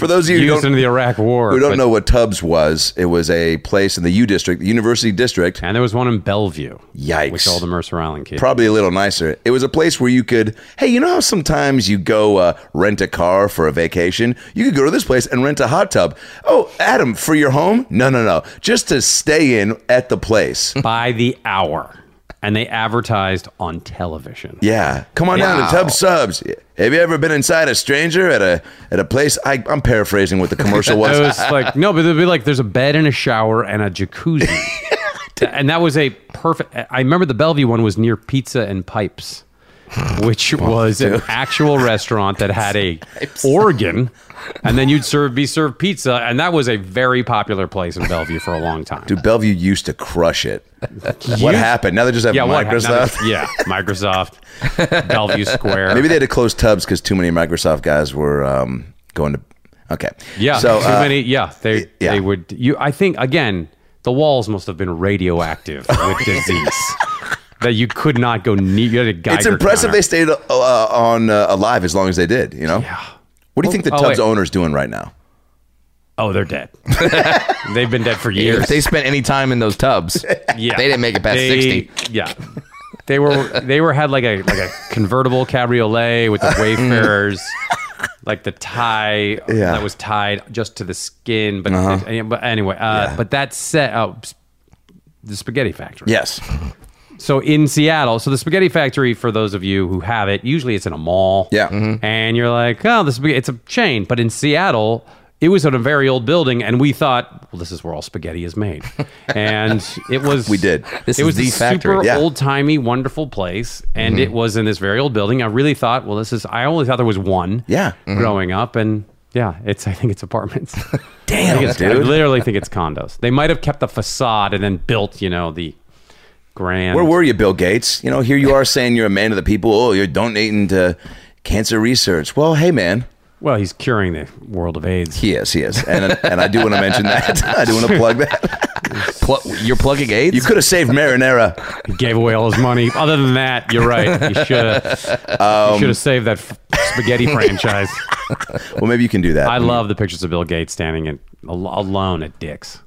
B: For those of [LAUGHS] you who
F: used in
B: don't,
F: the Iraq War.
B: who
F: but-
B: don't know what Tubbs was, it was a place in the U District, the University District.
F: And there was one in Bellevue.
B: Yikes.
F: With all the Mercer Island kids.
B: Probably a little nicer. It was a place where you could, hey, you know how sometimes you go uh, rent a car for a vacation? You could go to this place and rent a hot tub. Oh, Adam, for your home? No, no, no. Just to stay in at the place. [LAUGHS]
F: by the hour. And they advertised on television.
B: Yeah, come on down to Tub Subs. Have you ever been inside a stranger at a at a place? I, I'm paraphrasing what the
F: [LAUGHS]
B: commercial
F: It
B: was.
F: was like, no, but they'd be like, there's a bed and a shower and
B: [LAUGHS]
F: a jacuzzi. and that was a perfect. I remember the Bellevue one was near Pizza and Pipes, which was an actual restaurant that
B: [LAUGHS]
F: had a organ. And then you'd serve be served pizza. And that was a very popular place in Bellevue for a long time.
B: Dude, Bellevue used to crush it.
F: [LAUGHS]
B: What happened? Now they just have
F: yeah, what hap- now
B: Microsoft.
F: [LAUGHS] there's- Yeah,
B: [LAUGHS]
F: Microsoft, Bellevue Square.
B: Maybe they had to close Tubbs because too many Microsoft guys were um, going to. Okay.
F: Yeah,
B: So
F: too
B: uh,
F: many. Yeah, they
B: yeah.
F: they would. You, I think again, the walls must have been radioactive
B: [LAUGHS]
F: with disease that you could not go near. You had a Geiger
B: It's impressive
F: counter.
B: they stayed uh, on uh, alive as long as they did. You know.
F: Yeah.
B: What do you think the
F: Oh,
B: Tubbs
F: wait.
B: owner's doing right now?
F: Oh,
B: [LAUGHS]
F: they're dead. They've been dead for years.
C: If they spent any time in those [LAUGHS] tubs,
F: yeah,
C: they didn't make it past
F: They-
C: 60.
F: Yeah. They were they were had like a like a convertible cabriolet
B: [LAUGHS]
F: with the
B: Mm.
F: Wayfarers, like the tie
B: Yeah. Uh-huh.
F: that was tied just to the skin. But but anyway, uh, but that set oh, s- the Spaghetti Factory.
B: Yes.
F: So in Seattle, so the Spaghetti Factory, for those of you who have it, usually it's in a mall.
B: Yeah.
C: Mm-hmm.
B: Mhm.
F: And you're like, oh, this it's a chain. But in Seattle, it was in a very old building, and we thought, well, this is where all spaghetti is
C: [LAUGHS]
F: made. And it was.
B: We did.
C: This
F: it
C: is
F: was
C: the
F: a
C: factory. Mm-hmm.
F: super
B: Yeah.
F: old timey, wonderful place, and it was in this very old building. I really thought, well, this is. I only thought there was one.
B: Yeah. Mm-hmm.
F: Growing up, and yeah, it's. I think
B: [LAUGHS]
F: it's apartments. I,
B: Damn,
F: think it's- I
B: dude.
F: literally think it's condos. They might have kept the facade and then built, you know, the grand.
B: Where were you, Bill Gates? You know, here you are saying you're a man of the people. Oh, you're donating to cancer research. Well, hey, man,
F: Well, he's curing the world of AIDS.
B: He is, he is, and [LAUGHS] and I do want to mention that. [LAUGHS] I do want to plug that.
C: Pl- you're plugging AIDS.
B: You could have saved marinara.
F: He gave away all his
B: [LAUGHS]
F: money. Other than that, you're right. You should have
B: Um,
F: you should have saved that f-
B: [LAUGHS]
F: spaghetti franchise.
B: Well, maybe you can do that.
F: I love the pictures of Bill Gates standing in, al- alone at Dick's.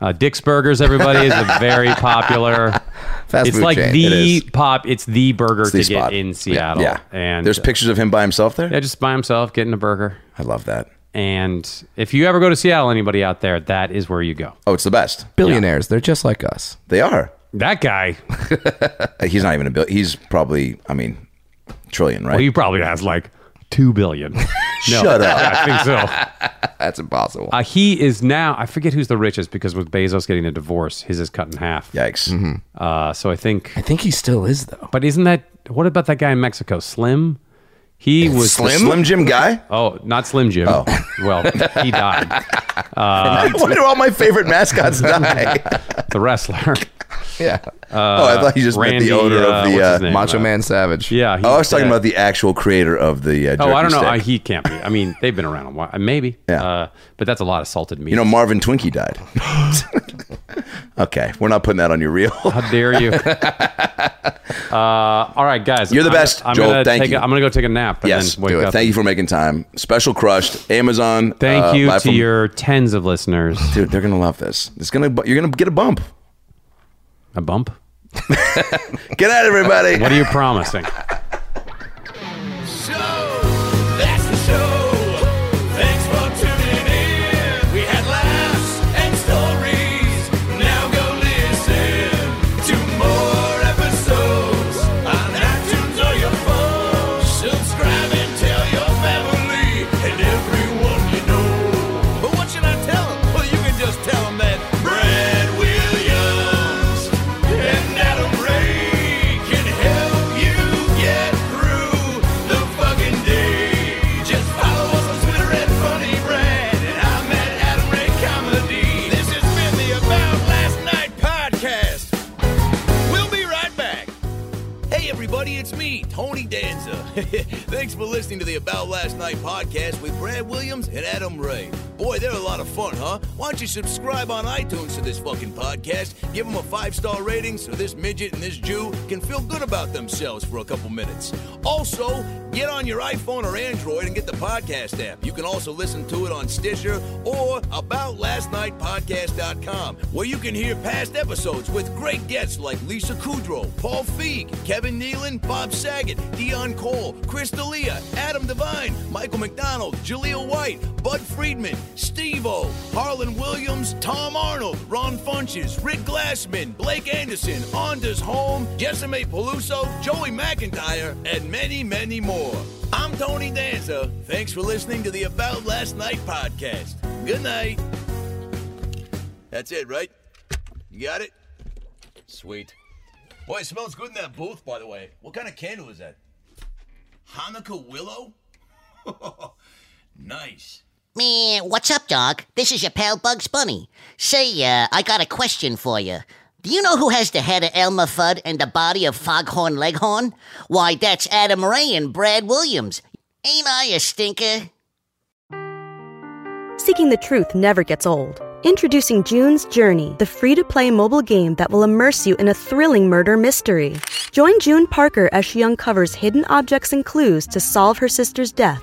F: Uh, Dick's Burgers, everybody, is a
B: [LAUGHS]
F: very popular.
C: Fast
F: it's
C: food
F: like
C: chain.
F: the
B: It
F: pop. It's the burger
B: the
F: to
B: spot.
F: get in Seattle.
B: Yeah,
F: and uh,
B: there's pictures of him by himself there.
F: yeah, just by himself getting a burger.
B: I love that.
F: And if you ever go to Seattle, anybody out there, that is where you go.
B: Oh, it's the best.
C: Billionaires. They're just like us.
B: They are.
F: That guy,
B: Uh, He's not even a bill. He's probably, I mean, trillion, right?
F: well, he probably has like two billion. [LAUGHS] No,
B: Shut up.
F: I think
B: [LAUGHS]
F: so.
C: That's impossible.
F: Uh, he is now. I forget who's the richest because with Bezos getting a divorce, his is cut in half.
B: Yikes.
F: Uh, so I think.
C: I think he still is though.
F: But isn't that what about that guy in Mexico, Slim? He was
B: The Slim Jim
F: [LAUGHS]
B: guy.
F: Oh, not Slim Jim.
B: Oh.
F: [LAUGHS] Well, he died.
B: Why do all my favorite
F: [LAUGHS]
B: mascots die?
F: The wrestler. [LAUGHS]
C: Yeah.
B: [LAUGHS] oh, I thought you just meant
F: Randy,
B: the owner
F: uh,
B: of the.
F: what's his
B: Uh,
F: name?
C: Macho Man Savage.
F: Yeah. he
B: oh, I was talking
F: dead.
B: about the actual creator of the. Uh, jerky
F: Oh, I don't know.
B: stick.
F: Uh, he can't be. I mean, they've been around a while. Maybe.
B: Yeah.
F: Uh, but that's a lot of salted meat.
B: you know, Marvin Twinkie died.
F: [LAUGHS]
B: [LAUGHS] okay, we're not putting that on your reel.
F: How
B: [LAUGHS]
F: dare you? uh, all right, guys.
B: You're the
F: I'm-
B: best,
F: I'm
B: Joel.
F: Gonna
B: Thank
F: take
B: you.
F: A, I'm going to go take a nap. And
B: yes,
F: Then wake
B: do it.
F: Up.
B: Thank you for making time. Special crushed Amazon.
F: Thank
B: uh,
F: you
B: buy
F: to
B: from-
F: your tens of listeners.
B: dude. They're gonna love this. It's gonna. bu- You're gonna get a bump.
F: A bump?
B: Get out, everybody.
F: What are you promising?
D: That's the show. Thanks for tuning in. We had laughs and stories. Now go listen to more episodes on iTunes or your phone. Subscribe and tell your family and everyone you know. But what should I tell them? Well, you can just tell them that Brad Williams and Adam Ray can help you get through the fucking day. Just follow us on Twitter at Funny Brad, and I'm at Adam Ray Comedy. This has been the About Last Night podcast. We'll be right back. Hey, everybody, it's me, Tony Danza. Thanks for listening to the About Last Night podcast with Brad Williams and Adam Ray. Boy, they're a lot of fun, huh? Why don't you subscribe on iTunes to this fucking podcast? Give them a five star rating so this midget and this Jew can feel good about themselves for a couple minutes. Also, get on your iPhone or Android and get the podcast app. You can also listen to it on Stitcher or aboutlastnightpodcast.com, where you can hear past episodes with great guests like Lisa Kudrow, Paul Feig, Kevin Nealon, Bob Saget, Dion Cole, Chris D'Elia, Adam Devine, Michael McDonald, Jaleel White, Bud Friedman, Steve O, Harlan Williams, Tom Arnold, Ron Funches, Rick Glassman, Blake Anderson, Anders Holm, Jessime Peluso, Joey McIntyre, and many, many more. I'm Tony Danza. Thanks for listening to the About Last Night podcast. Good night. That's it, right? You got it? Sweet. Boy, it smells good in that booth, by the way. What kind of candle is that? Hanukkah willow? [LAUGHS] nice.
H: Man, what's up, dog? This is your pal Bugs Bunny. Say, uh, I got a question for you. Do you know who has the head of Elmer Fudd and the body of Foghorn Leghorn? Why, that's Adam Ray and Brad Williams. Ain't I a stinker?
I: Seeking the truth never gets old. Introducing June's Journey, the free to play mobile game that will immerse you in a thrilling murder mystery. Join June Parker as she uncovers hidden objects and clues to solve her sister's death